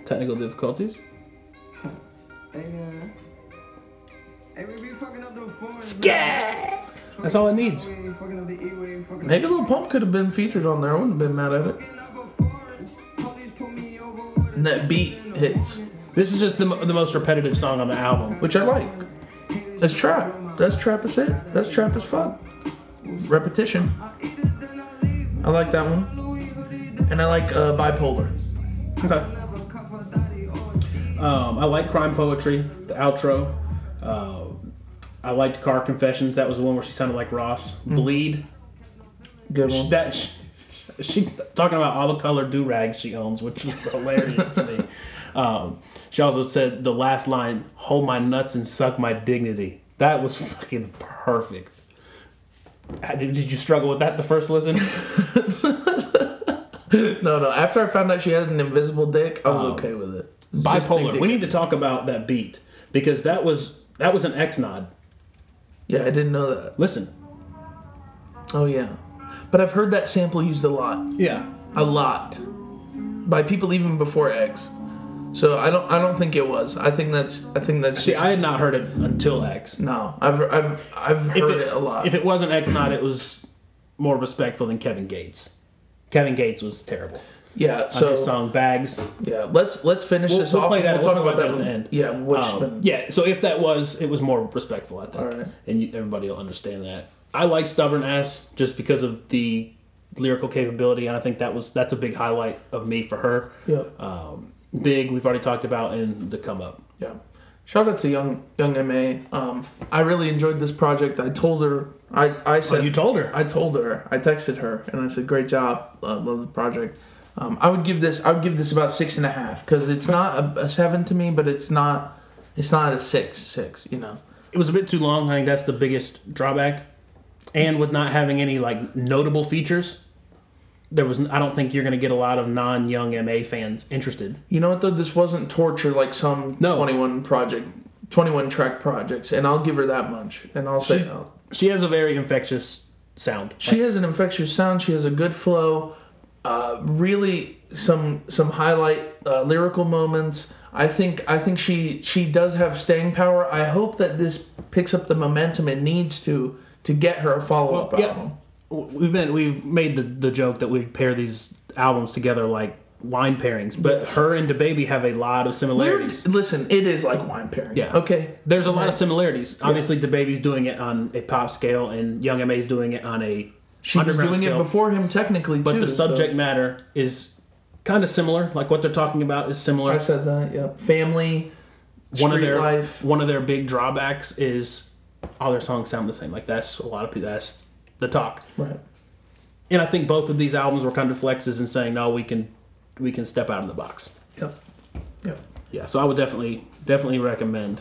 Speaker 3: Technical difficulties.
Speaker 5: Hey man. Hey, we be fucking up them foreign.
Speaker 3: That's all it needs.
Speaker 5: We fucking up the E-Way, fucking
Speaker 2: maybe
Speaker 5: up
Speaker 2: Lil Pump could have been featured on there. I wouldn't have been mad at it.
Speaker 5: Fucking up a foreign. Police pull me over with a
Speaker 2: And that beat
Speaker 5: in the
Speaker 2: hits,
Speaker 5: morning.
Speaker 3: This is just the, mo- the most repetitive song on the album.
Speaker 2: which I like. That's trap. That's trap as it. That's trap as fuck. Repetition. I like that one. And I like uh, bipolar.
Speaker 3: Okay. Um, I like crime poetry. The outro. Uh, I liked Car Confessions. That was the one where she sounded like Ross. Bleed.
Speaker 2: Good
Speaker 3: She,
Speaker 2: one.
Speaker 3: that she, she talking about all the color do rag she owns, which was hilarious
Speaker 2: [laughs]
Speaker 3: to me. Um, she also said the last line, "Hold my nuts and suck my dignity." That was fucking perfect. How- Did, did you struggle with that the
Speaker 2: [laughs]
Speaker 3: first listen?
Speaker 2: No, no. After I found out she had an invisible dick, I was
Speaker 3: Um,
Speaker 2: okay with it. It's just big
Speaker 3: Bipolar.
Speaker 2: dick.
Speaker 3: We need to talk about that beat because that was that was an X nod.
Speaker 2: Yeah, I didn't know that.
Speaker 3: Listen.
Speaker 2: Oh yeah, but I've heard that sample used a lot.
Speaker 3: Yeah.
Speaker 2: a lot by people even before X. So I don't I don't think it was. I think that's I think that's
Speaker 3: See,
Speaker 2: just-
Speaker 3: I had not heard it until X.
Speaker 2: no. I've I've I've
Speaker 3: If
Speaker 2: heard it, a lot.
Speaker 3: If it wasn't X nod, it was more respectful than Kevin Gates. Kevin Gates was terrible.
Speaker 2: yeah.
Speaker 3: on
Speaker 2: So
Speaker 3: his song Bags.
Speaker 2: yeah, let's let's finish
Speaker 3: We'll,
Speaker 2: this
Speaker 3: we'll
Speaker 2: off.
Speaker 3: play that.
Speaker 2: We'll, talk about that
Speaker 3: at
Speaker 2: when-
Speaker 3: the end.
Speaker 2: Yeah, which
Speaker 3: Um,
Speaker 2: been-
Speaker 3: yeah. So if that was, it was more respectful, I think,
Speaker 2: Alright.
Speaker 3: and you, everybody will understand that. I like stubborn ass just because of the lyrical capability, and I think that was that's a big highlight of me for her.
Speaker 2: yeah.
Speaker 3: Um, big, we've already talked about, and the come up.
Speaker 2: Yeah. Shout out to young young MA. Um, I really enjoyed this project. I told her I I said
Speaker 3: Oh, you told her?
Speaker 2: I told her. I texted her and I said, "Great job. Uh, love the project." Um, I would give this I would give this about six and a half because it's not a, a seven to me, but it's not it's not a six six. You know.
Speaker 3: It was a bit too long. I think that's the biggest drawback, and with not having any like notable features. There was, I don't think you're going to get a lot of non-young MA fans interested.
Speaker 2: You know what though? This wasn't torture like some
Speaker 3: No.
Speaker 2: twenty one project. 21 track projects and I'll give her that much and I'll say
Speaker 3: She's-
Speaker 2: I'll-
Speaker 3: She has a very infectious sound.
Speaker 2: She has an infectious sound. She has a good flow. Uh, really, some some highlight uh, lyrical moments. I think I think she she does have staying power. I hope that this picks up the momentum it needs to to get her a follow up
Speaker 3: Well, yeah.
Speaker 2: album.
Speaker 3: we've been we've made the, the joke that we pair these albums together like wine pairings, but her and the baby have a lot of similarities.
Speaker 2: Listen, it is like wine pairing.
Speaker 3: Yeah.
Speaker 2: Okay.
Speaker 3: There's a lot of similarities. Obviously, the baby's doing it on a pop scale, and Young Ma's doing it on a
Speaker 2: She was
Speaker 3: underground
Speaker 2: doing
Speaker 3: scale.
Speaker 2: it before him technically,
Speaker 3: But
Speaker 2: too,
Speaker 3: the
Speaker 2: so-
Speaker 3: subject matter is kind of similar. Like what they're talking about is similar.
Speaker 2: I said that. Yeah. Family.
Speaker 3: one of
Speaker 2: street
Speaker 3: their
Speaker 2: life.
Speaker 3: one of their big drawbacks is all their songs sound the same. Like that's a lot of people. That's the talk.
Speaker 2: Right.
Speaker 3: And I think both of these albums were kind of flexes and saying, no, we can we can step out of the box.
Speaker 2: Yep. Yep.
Speaker 3: Yeah. So I would definitely definitely recommend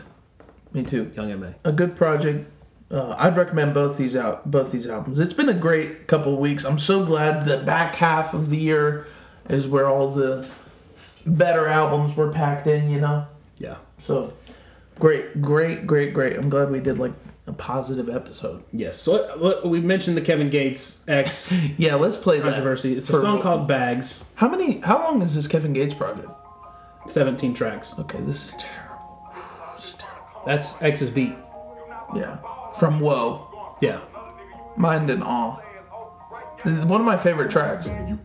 Speaker 2: Me too.
Speaker 3: Young Ma.
Speaker 2: a good project. Uh, I'd recommend both these out, both these albums. It's been a great couple of weeks. I'm so glad the back half of the year is where all the better albums were packed in. You know,
Speaker 3: Yeah.
Speaker 2: so great, great, great, great. I'm glad we did like a positive episode.
Speaker 3: Yes. So uh, we mentioned the Kevin Gates X
Speaker 2: [laughs] Yeah, let's play that.
Speaker 3: controversy. It's a
Speaker 2: For-
Speaker 3: song called Bags.
Speaker 2: How many? How long is this Kevin Gates project?
Speaker 3: 17 tracks.
Speaker 2: Okay, this is terrible. This is terrible.
Speaker 3: That's X's beat.
Speaker 2: Yeah, from Whoa,
Speaker 3: Yeah.
Speaker 2: Mind and Awe. One of my favorite tracks.
Speaker 6: You,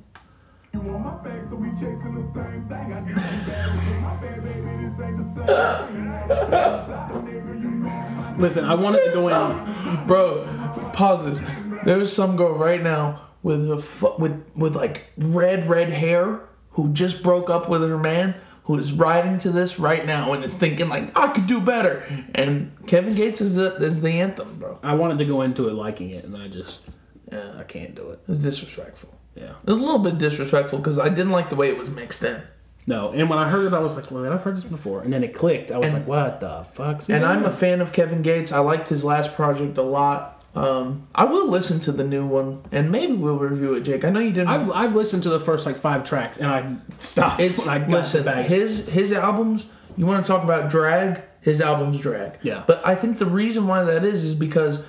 Speaker 6: you want my bag, so we chasing the same thing. I do you bad, but my bad, baby, this ain't the same thing. I ain't nigga, you mad, my
Speaker 3: Listen, I wanted to go in.
Speaker 2: Bro, pause this. There's some girl right now with a fu- with with like red red hair who just broke up with her man who is riding to this right now and is thinking like I could do better. And Kevin Gates is the is the anthem, bro.
Speaker 3: I wanted to go into it liking it, and I just uh,
Speaker 2: Yeah,
Speaker 3: I can't do it.
Speaker 2: it's disrespectful.
Speaker 3: Yeah.
Speaker 2: It's a little bit disrespectful because I didn't like the way it was mixed in.
Speaker 3: No. And when I heard it, I was like, wait, I've heard this before. And then it clicked. I was
Speaker 2: And-
Speaker 3: like, what the fuck?
Speaker 2: And I'm a fan of Kevin Gates. I liked his last project a lot. Um, I will listen to the new one and maybe we'll review it, Jake. I know you didn't.
Speaker 3: I've, I've listened to the first like five tracks, and I stopped.
Speaker 2: It's
Speaker 3: when I got
Speaker 2: listen.
Speaker 3: to Bags.
Speaker 2: His his albums. You want to talk about drag? His albums drag.
Speaker 3: Yeah.
Speaker 2: But I think the reason why that is is because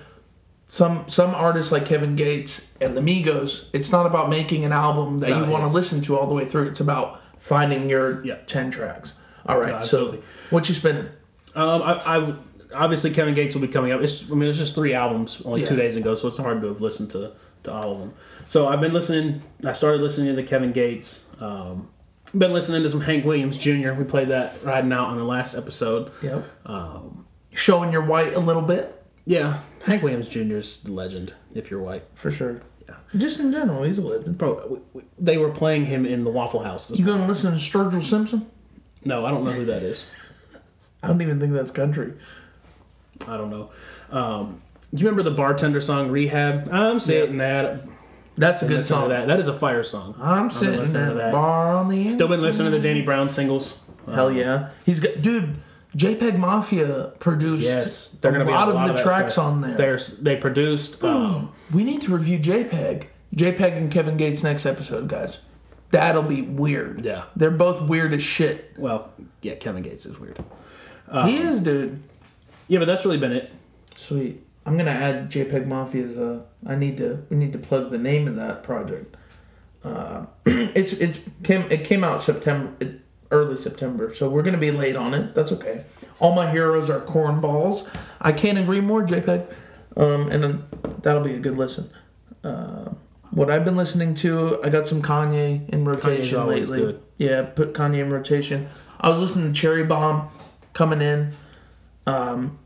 Speaker 2: some some artists like Kevin Gates and the Migos. It's not about making an album that
Speaker 3: No,
Speaker 2: you want
Speaker 3: it's-
Speaker 2: to listen to all the way through. It's about finding your
Speaker 3: Yeah.
Speaker 2: ten tracks. All right.
Speaker 3: No,
Speaker 2: so
Speaker 3: absolutely.
Speaker 2: what you spending?
Speaker 3: Um, I, I would- obviously Kevin Gates will be coming up. It's, I mean, it's just three albums only two
Speaker 2: Yeah.
Speaker 3: days ago, so it's hard to have listened to, to all of them. So I've been listening. I started listening to Kevin Gates. Um, been listening to some Hank Williams Jr. We played that riding out on the last episode.
Speaker 2: Yep. Um, Showing your white a little bit
Speaker 3: Yeah, Hank Williams Jr. is the legend. If you're white,
Speaker 2: for sure. Yeah. Just in general, he's a legend.
Speaker 3: bro, we, we, they were playing him in the Waffle House. This
Speaker 2: You gonna listen to Sturgill Simpson?
Speaker 3: no, I don't know who that is.
Speaker 2: I don't even think that's country.
Speaker 3: I don't know. Um, you remember the bartender song "Rehab"? I'm sitting at
Speaker 2: That's a good
Speaker 3: listening
Speaker 2: song.
Speaker 3: to that. That is a fire song.
Speaker 2: I'm
Speaker 3: I've been
Speaker 2: sitting
Speaker 3: listening
Speaker 2: at
Speaker 3: to
Speaker 2: the bar on the
Speaker 3: Still been listening to the Danny Brown singles.
Speaker 2: Hell yeah, he's got dude. JPEG Mafia produced
Speaker 3: Yes,
Speaker 2: a,
Speaker 3: they're
Speaker 2: lot
Speaker 3: gonna be a
Speaker 2: of
Speaker 3: lot
Speaker 2: the
Speaker 3: of that
Speaker 2: tracks
Speaker 3: stuff.
Speaker 2: on there.
Speaker 3: There's they produced. Um,
Speaker 2: We need to review E JPEG, JPEG and Kevin Gates next episode, guys. That'll be weird.
Speaker 3: Yeah.
Speaker 2: they're both weird as shit.
Speaker 3: well, yeah, Kevin Gates is weird. Uh-huh.
Speaker 2: he is, dude.
Speaker 3: Yeah, but that's really been it.
Speaker 2: Sweet. I'm gonna add JPEG Mafia's. Uh, I need to. We need to plug the name of that project. Uh, [clears throat] it's it's came it came out September, it- early September. So we're gonna be late on it. That's okay. All my heroes are cornballs. I can't agree more, JPEG. Um, and then that'll be a good listen. Uh, what I've been listening to, I got some Kanye in rotation
Speaker 3: always
Speaker 2: lately.
Speaker 3: good.
Speaker 2: Yeah, put Kanye in rotation. I was listening to Cherry Bomb coming in. Um,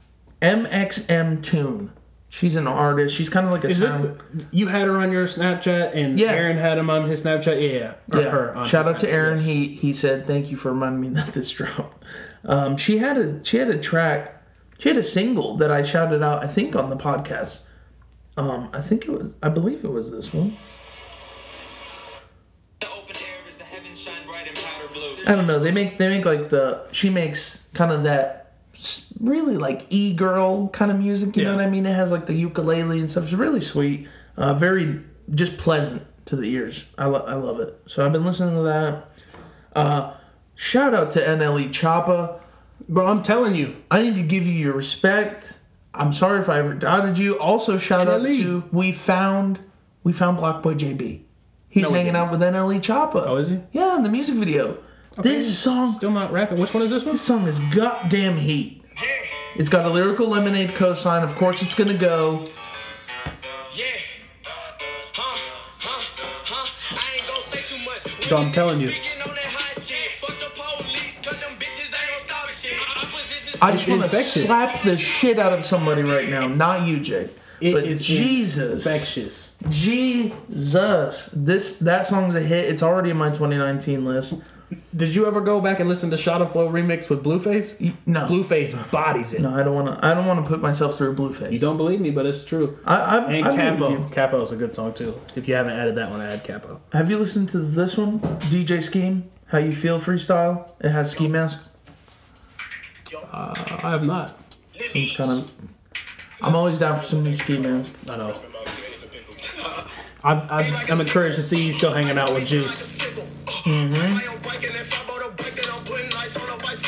Speaker 2: MXM Tune. She's an artist. She's kind of like a
Speaker 3: Is this
Speaker 2: sound.
Speaker 3: the- you had her on your Snapchat and
Speaker 2: Yeah.
Speaker 3: Aaron had him on his Snapchat? Yeah, yeah. Or
Speaker 2: yeah.
Speaker 3: her on
Speaker 2: Shout
Speaker 3: his
Speaker 2: out to
Speaker 3: Snapchat,
Speaker 2: Aaron.
Speaker 3: yes.
Speaker 2: He he said thank you for reminding me that this [laughs] dropped. Um, she had a she had a track. She had a single that I shouted out. I think on the podcast. Um, I think it was. I believe it was this one.
Speaker 4: The open air is the heavens shine bright in powder blue.
Speaker 2: I don't know. They make they make like the she makes kind of that s- really like e girl kind of music. You know
Speaker 3: Yeah.
Speaker 2: what I mean? It has like the ukulele and stuff. It's really sweet. Uh, very just pleasant to the ears. I lo- I love it. So I've been listening to that. Uh, shout out to NLE Choppa.
Speaker 3: Bro, I'm telling you,
Speaker 2: I need to give you your respect. I'm sorry if I ever doubted you. Also, shout out
Speaker 3: NLE.
Speaker 2: to we found we found Block Boy JB. He's
Speaker 3: No, we
Speaker 2: hanging
Speaker 3: didn't.
Speaker 2: out with NLE Choppa.
Speaker 3: Oh, is he?
Speaker 2: Yeah, in the music video. This song
Speaker 3: still not rapping. Which one is this one?
Speaker 2: this song is goddamn heat. It's got a lyrical lemonade cosign. Of course, it's gonna go.
Speaker 4: Yeah. Huh, huh, Huh? I ain't gonna say too much.
Speaker 3: So I'm telling you.
Speaker 4: Speaking on that hot shit. Fuck the police, 'cause them bitches ain't stopping shit. Opposition's
Speaker 2: I just
Speaker 3: It's
Speaker 2: want to
Speaker 3: infectious.
Speaker 2: slap the shit out of somebody right now. Not you, Jake.
Speaker 3: It
Speaker 2: but
Speaker 3: is
Speaker 2: Jesus,
Speaker 3: infectious.
Speaker 2: Jesus, this that song's a hit. It's already in my 2019 list.
Speaker 3: Did you ever go back and listen to Shot of Flow remix with Blueface?
Speaker 2: No,
Speaker 3: Blueface bodies it.
Speaker 2: no, I don't want to. I don't want to put myself through Blueface.
Speaker 3: You don't believe me, but it's true.
Speaker 2: I, I,
Speaker 3: And
Speaker 2: I believe
Speaker 3: Capo.
Speaker 2: you.
Speaker 3: Capo is a good song too. If you haven't added that one, add Capo.
Speaker 2: Have you listened to this one, DJ Scheme? How you feel freestyle? It has ski mask.
Speaker 3: I have not.
Speaker 2: It's kind of. I'm always down for some new ski mask.
Speaker 3: I know. I've, I've, I'm encouraged to see you still hanging out with Juice.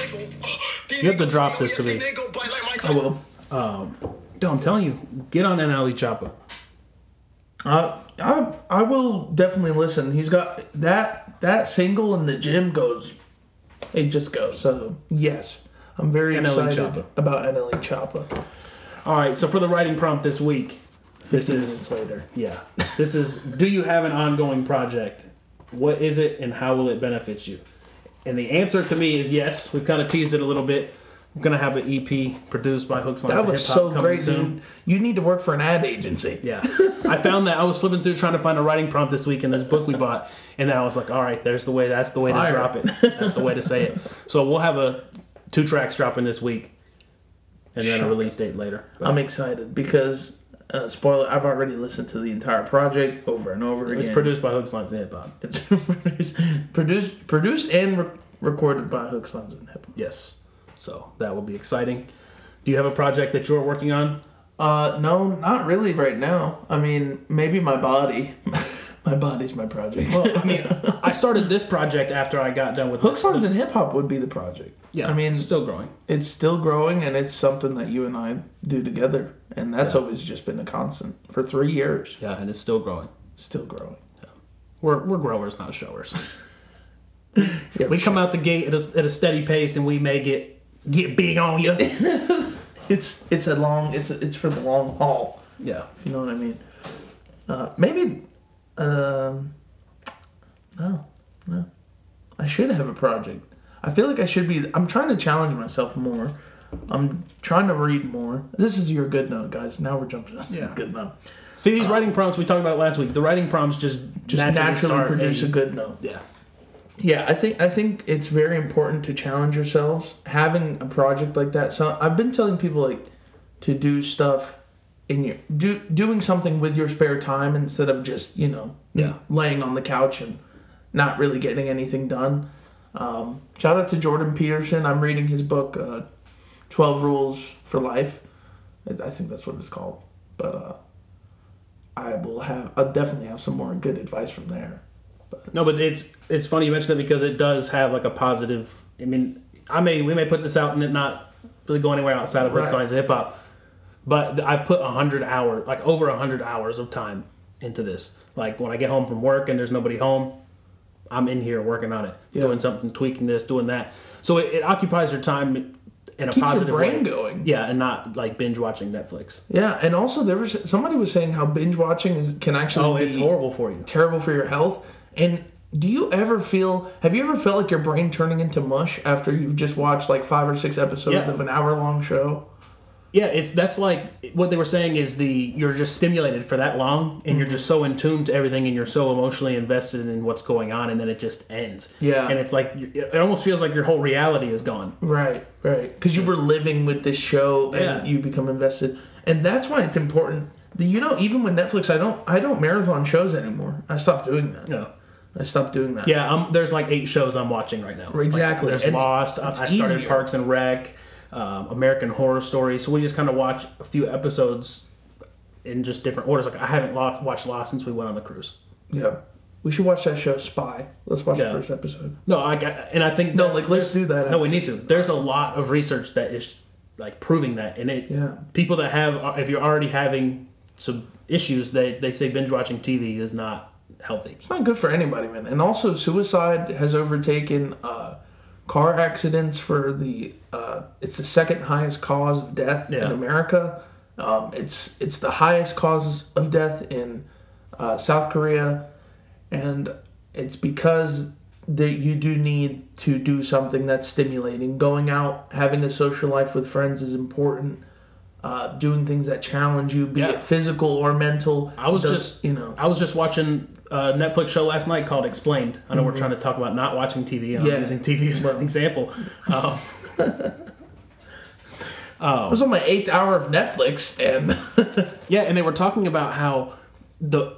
Speaker 4: Mm-hmm.
Speaker 3: You have to drop this to me.
Speaker 2: I will.
Speaker 3: Um, No, I'm telling you, get on E NLE Choppa.
Speaker 2: I I I will definitely listen. He's got that that single in the gym goes. It just goes. So yes, I'm very
Speaker 3: NLE
Speaker 2: excited
Speaker 3: E Choppa.
Speaker 2: about NLE Choppa.
Speaker 3: All right, so for the writing prompt this week, this
Speaker 2: Fifteen minutes
Speaker 3: is
Speaker 2: later.
Speaker 3: yeah, this is do you have an ongoing project? What is it, and how will it benefit you? And the answer to me is yes. We've kind of teased it a little bit. We're gonna have an EP produced by Hooks Lines
Speaker 2: That
Speaker 3: and
Speaker 2: was
Speaker 3: Hip Hop
Speaker 2: so
Speaker 3: coming
Speaker 2: great,
Speaker 3: soon.
Speaker 2: dude. You need to work for an ad agency.
Speaker 3: Yeah, I found that I was flipping through trying to find a writing prompt this week in this book we bought, and then I was like, "All right, there's the way. That's the way
Speaker 2: Fire.
Speaker 3: to drop it. That's the way to say it." So we'll have a two tracks dropping this week, and then a release date later. But
Speaker 2: I'm excited because uh, spoiler. I've already listened to the entire project over and over again.
Speaker 3: it's produced by Hooks Lines and Hip Hop.
Speaker 2: [laughs] It's produced, produced, produced and re- recorded by Hooks, Lines, and Hip. Hop.
Speaker 3: Yes, so that will be exciting. Do you have a project that you're working on?
Speaker 2: Uh, no, not really right now. I mean, maybe my body. [laughs] my body's my project.
Speaker 3: Well,
Speaker 2: [laughs]
Speaker 3: I mean, I started this project after I got done with
Speaker 2: Hook songs and hip hop would be the project.
Speaker 3: Yeah,
Speaker 2: I mean,
Speaker 3: still growing.
Speaker 2: it's still growing, and it's something that you and I do together, and that's always just been a constant for three years.
Speaker 3: Yeah, and it's still growing.
Speaker 2: Still growing.
Speaker 3: We're we're growers,
Speaker 2: [laughs]
Speaker 3: not showers.
Speaker 2: Yeah,
Speaker 3: We come out the gate at a, at a steady pace, and we may get get big on
Speaker 2: [laughs]
Speaker 3: you.
Speaker 2: It's it's a long. It's it's for the long haul.
Speaker 3: Yeah.
Speaker 2: If you know what I mean. Uh, maybe. Um, no, no. I should have a project. I feel like I should be. I'm trying to challenge myself more. I'm trying to read more. This is your good note, guys. Now we're jumping on
Speaker 3: Yeah.
Speaker 2: good note.
Speaker 3: See these writing prompts we talked about last week. The writing prompts just
Speaker 2: Just naturally,
Speaker 3: start
Speaker 2: produce a
Speaker 3: and-
Speaker 2: good note.
Speaker 3: Yeah.
Speaker 2: Yeah, I think I think it's very important to challenge yourselves. Having a project like that, so I've been telling people like to do stuff in your do doing something with your spare time instead of just you know
Speaker 3: Yeah.
Speaker 2: laying on the couch and not really getting anything done. Um, shout out to Jordan Peterson. I'm reading his book, uh, Twelve Rules for Life. I I think that's what it's called, but uh, I will have I'll definitely have some more good advice from there.
Speaker 3: No, but it's it's funny you mentioned that because it does have like a positive. I mean, I may we may put this out and it not really go anywhere outside of Rick
Speaker 2: Right.
Speaker 3: Science and hip hop, but th- I've put a hundred hour like over a hundred hours of time into this. Like when I get home from work and there's nobody home, I'm in here working on it,
Speaker 2: Yeah.
Speaker 3: doing something, tweaking this, doing that. So it, it occupies your time in a
Speaker 2: Keeps your
Speaker 3: positive
Speaker 2: brain
Speaker 3: way.
Speaker 2: going.
Speaker 3: Yeah, and not like binge watching Netflix.
Speaker 2: Yeah, and also there was somebody was saying how binge watching is can actually
Speaker 3: Oh,
Speaker 2: be
Speaker 3: it's horrible for you.
Speaker 2: terrible for your health. And do you ever feel? Have you ever felt like your brain turning into mush after you've just watched like five or six episodes
Speaker 3: Yeah.
Speaker 2: of an hour long show?
Speaker 3: Yeah, it's that's like what they were saying is the you're just stimulated for that long and
Speaker 2: Mm-hmm.
Speaker 3: you're just so in tune to everything and you're so emotionally invested in what's going on and then it just ends.
Speaker 2: Yeah.
Speaker 3: And it's like it almost feels like your whole reality is gone.
Speaker 2: Right, right. Because you were living with this show and
Speaker 3: Yeah.
Speaker 2: you become invested, and that's why it's important. You know, even with Netflix, I don't I don't marathon shows anymore. I stopped doing that.
Speaker 3: No.
Speaker 2: I stopped doing that.
Speaker 3: Yeah, um, there's like eight shows I'm watching right now. Like,
Speaker 2: Exactly.
Speaker 3: there's
Speaker 2: And
Speaker 3: Lost. I,
Speaker 2: it's
Speaker 3: I started
Speaker 2: easier.
Speaker 3: Parks and Rec, um, American Horror Story. So we just kind of watch a few episodes in just different orders. Like I haven't lo- watched Lost since we went on the cruise.
Speaker 2: yeah. We should watch that show, Spy. Let's watch
Speaker 3: Yeah.
Speaker 2: the first episode.
Speaker 3: No, I got, and I think
Speaker 2: No,
Speaker 3: that-
Speaker 2: like let's do that.
Speaker 3: No, we need to. There's a lot of research that is like proving that, and it
Speaker 2: Yeah.
Speaker 3: people that have if you're already having some issues, they they say binge watching TV is not healthy.
Speaker 2: It's not good for anybody, man. And also, suicide has overtaken uh, car accidents for the. Uh, it's the second highest cause of death in
Speaker 3: Yeah.
Speaker 2: America. Um, it's it's the highest cause of death in uh, South Korea, and it's because that you do need to do something that's stimulating. Going out, having a social life with friends is important. Uh, doing things that challenge you, be
Speaker 3: Yeah.
Speaker 2: it physical or mental.
Speaker 3: I was
Speaker 2: Does-
Speaker 3: just,
Speaker 2: you know,
Speaker 3: I was just watching a Netflix show last night called Explained. I know we're trying to talk about not watching TV, and
Speaker 2: Mm-hmm. Yeah.
Speaker 3: I'm using TV as an example. Um,
Speaker 2: I was on my eighth hour of Netflix, and [laughs]
Speaker 3: yeah, and they were talking about how the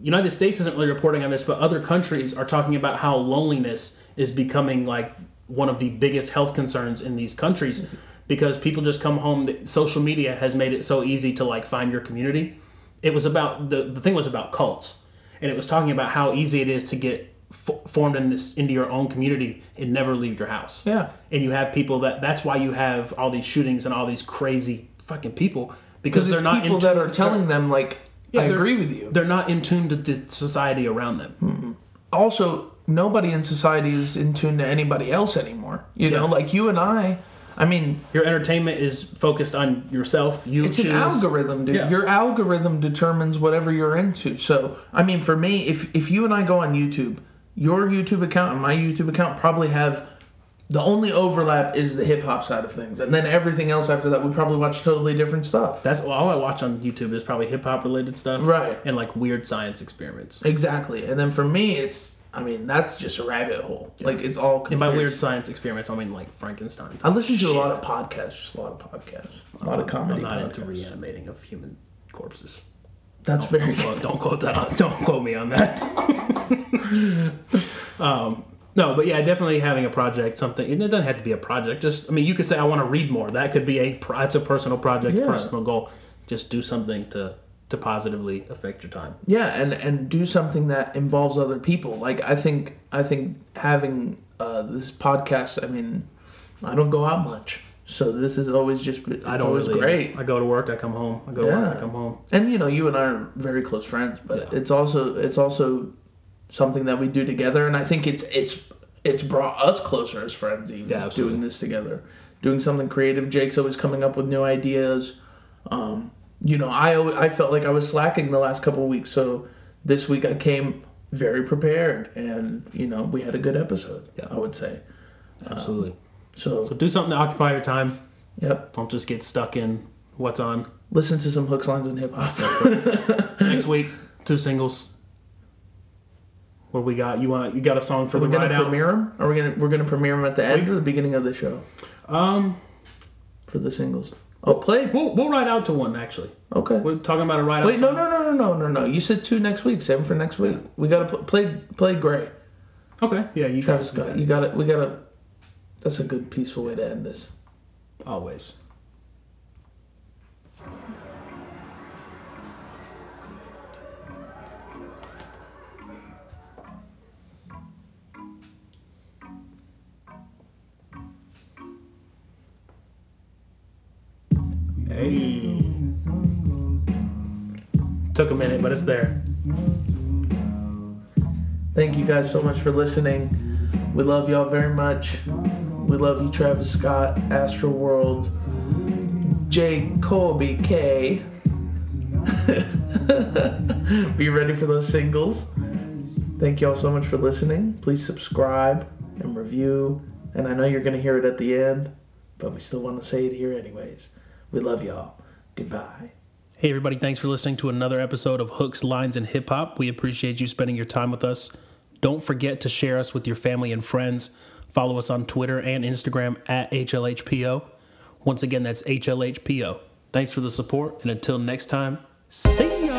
Speaker 3: United States isn't really reporting on this, but other countries are talking about how loneliness is becoming like one of the biggest health concerns in these countries because people just come home. that Social media has made it so easy to like find your community. It was about the the thing was about cults, and it was talking about how easy it is to get f- formed in this into your own community and never leave your house.
Speaker 2: Yeah.
Speaker 3: and you have people that that's why you have all these shootings and all these crazy fucking people because
Speaker 2: because
Speaker 3: they're not
Speaker 2: people
Speaker 3: in
Speaker 2: that
Speaker 3: tune-
Speaker 2: are telling them like, I
Speaker 3: they're-
Speaker 2: agree with you.
Speaker 3: they're not in tune to the society around them.
Speaker 2: also nobody in society is in tune to anybody else anymore. You know,
Speaker 3: Yeah.
Speaker 2: like you and I. I mean,
Speaker 3: Your entertainment is focused on yourself. You
Speaker 2: it's
Speaker 3: choose.
Speaker 2: an algorithm, dude.
Speaker 3: Yeah.
Speaker 2: Your algorithm determines whatever you're into. So, I mean, for me, if if you and I go on YouTube, your YouTube account and my YouTube account probably have the only overlap is the hip hop side of things, and then everything else after that, we probably watch totally different stuff.
Speaker 3: That's all I watch on YouTube is probably hip hop related stuff,
Speaker 2: Right.
Speaker 3: And like weird science experiments.
Speaker 2: exactly, and then for me, it's. I mean, that's just a rabbit hole. Like it's all.
Speaker 3: And by weird
Speaker 2: conspiracy.
Speaker 3: science experiments, I mean like Frankenstein.
Speaker 2: I listen to a lot of podcasts, just a lot of podcasts, a lot of comedy.
Speaker 3: I'm not into
Speaker 2: podcasts.
Speaker 3: reanimating of human corpses.
Speaker 2: That's very
Speaker 3: Well, don't quote that. On, don't quote me on that. [laughs] um, no, but yeah, definitely having a project, something. And it doesn't have to be a project. Just, I mean, you could say I want to read more. That could be a. pro- That's a personal project,
Speaker 2: Yeah.
Speaker 3: personal goal. Just do something to to positively affect your time.
Speaker 2: yeah, and and do something that involves other people. Like I think I think having uh, this podcast. I mean, I don't go out much, so this is always just. It's
Speaker 3: I don't
Speaker 2: always
Speaker 3: really-
Speaker 2: great.
Speaker 3: I go to work. I come home. I go to work. I
Speaker 2: Yeah.
Speaker 3: come home.
Speaker 2: And you know, you and I are very close friends, but
Speaker 3: Yeah.
Speaker 2: it's also it's also something that we do together, and I think it's it's it's brought us closer as friends, even
Speaker 3: Yeah, absolutely.
Speaker 2: doing this together, doing something creative. Jake's always coming up with new ideas. Um, you know, I al- I felt like I was slacking the last couple of weeks, so this week I came very prepared, and you know, we had a good episode. I would say
Speaker 3: Absolutely. so
Speaker 2: so.
Speaker 3: Um, do something to occupy your time.
Speaker 2: Yep,
Speaker 3: Don't just get stuck in what's on.
Speaker 2: listen to some hooks, lines, and hip hop.
Speaker 3: Next week, two singles. What we got? You want? You got a song for
Speaker 2: [laughs] We're
Speaker 3: the
Speaker 2: gonna
Speaker 3: ride out?
Speaker 2: premiere them. Are we gonna we're gonna premiere them at the end or the beginning of the show?
Speaker 3: Um,
Speaker 2: for the singles. Oh, play.
Speaker 3: We'll, we'll ride out to one actually.
Speaker 2: Okay.
Speaker 3: We're talking about a ride out.
Speaker 2: Wait, no,
Speaker 3: song.
Speaker 2: no, no, no, no, no, no. You said two next week. Save 'em for next week. We gotta pl- play play Gray.
Speaker 3: Okay, yeah, you
Speaker 2: Travis
Speaker 3: guys do
Speaker 2: Scott.
Speaker 3: that.
Speaker 2: You gotta. We gotta. That's a good peaceful way to end this.
Speaker 3: always. Hey. Took a minute, but it's there.
Speaker 2: Thank you guys so much for listening. We love y'all very much. We love you, Travis Scott, Astro World, Jake Colby K. [laughs] Be ready for those singles. Thank y'all so much for listening. Please subscribe and review. And I know you're going to hear it at the end, but we still want to say it here, anyways. We love y'all. Goodbye.
Speaker 3: Hey, everybody, thanks for listening to another episode of Hooks, Lines, and Hip Hop. We appreciate you spending your time with us. Don't forget to share us with your family and friends. Follow us on Twitter and Instagram at HLHPO. Once again, that's HLHPO. Thanks for the support, and until next time, see ya!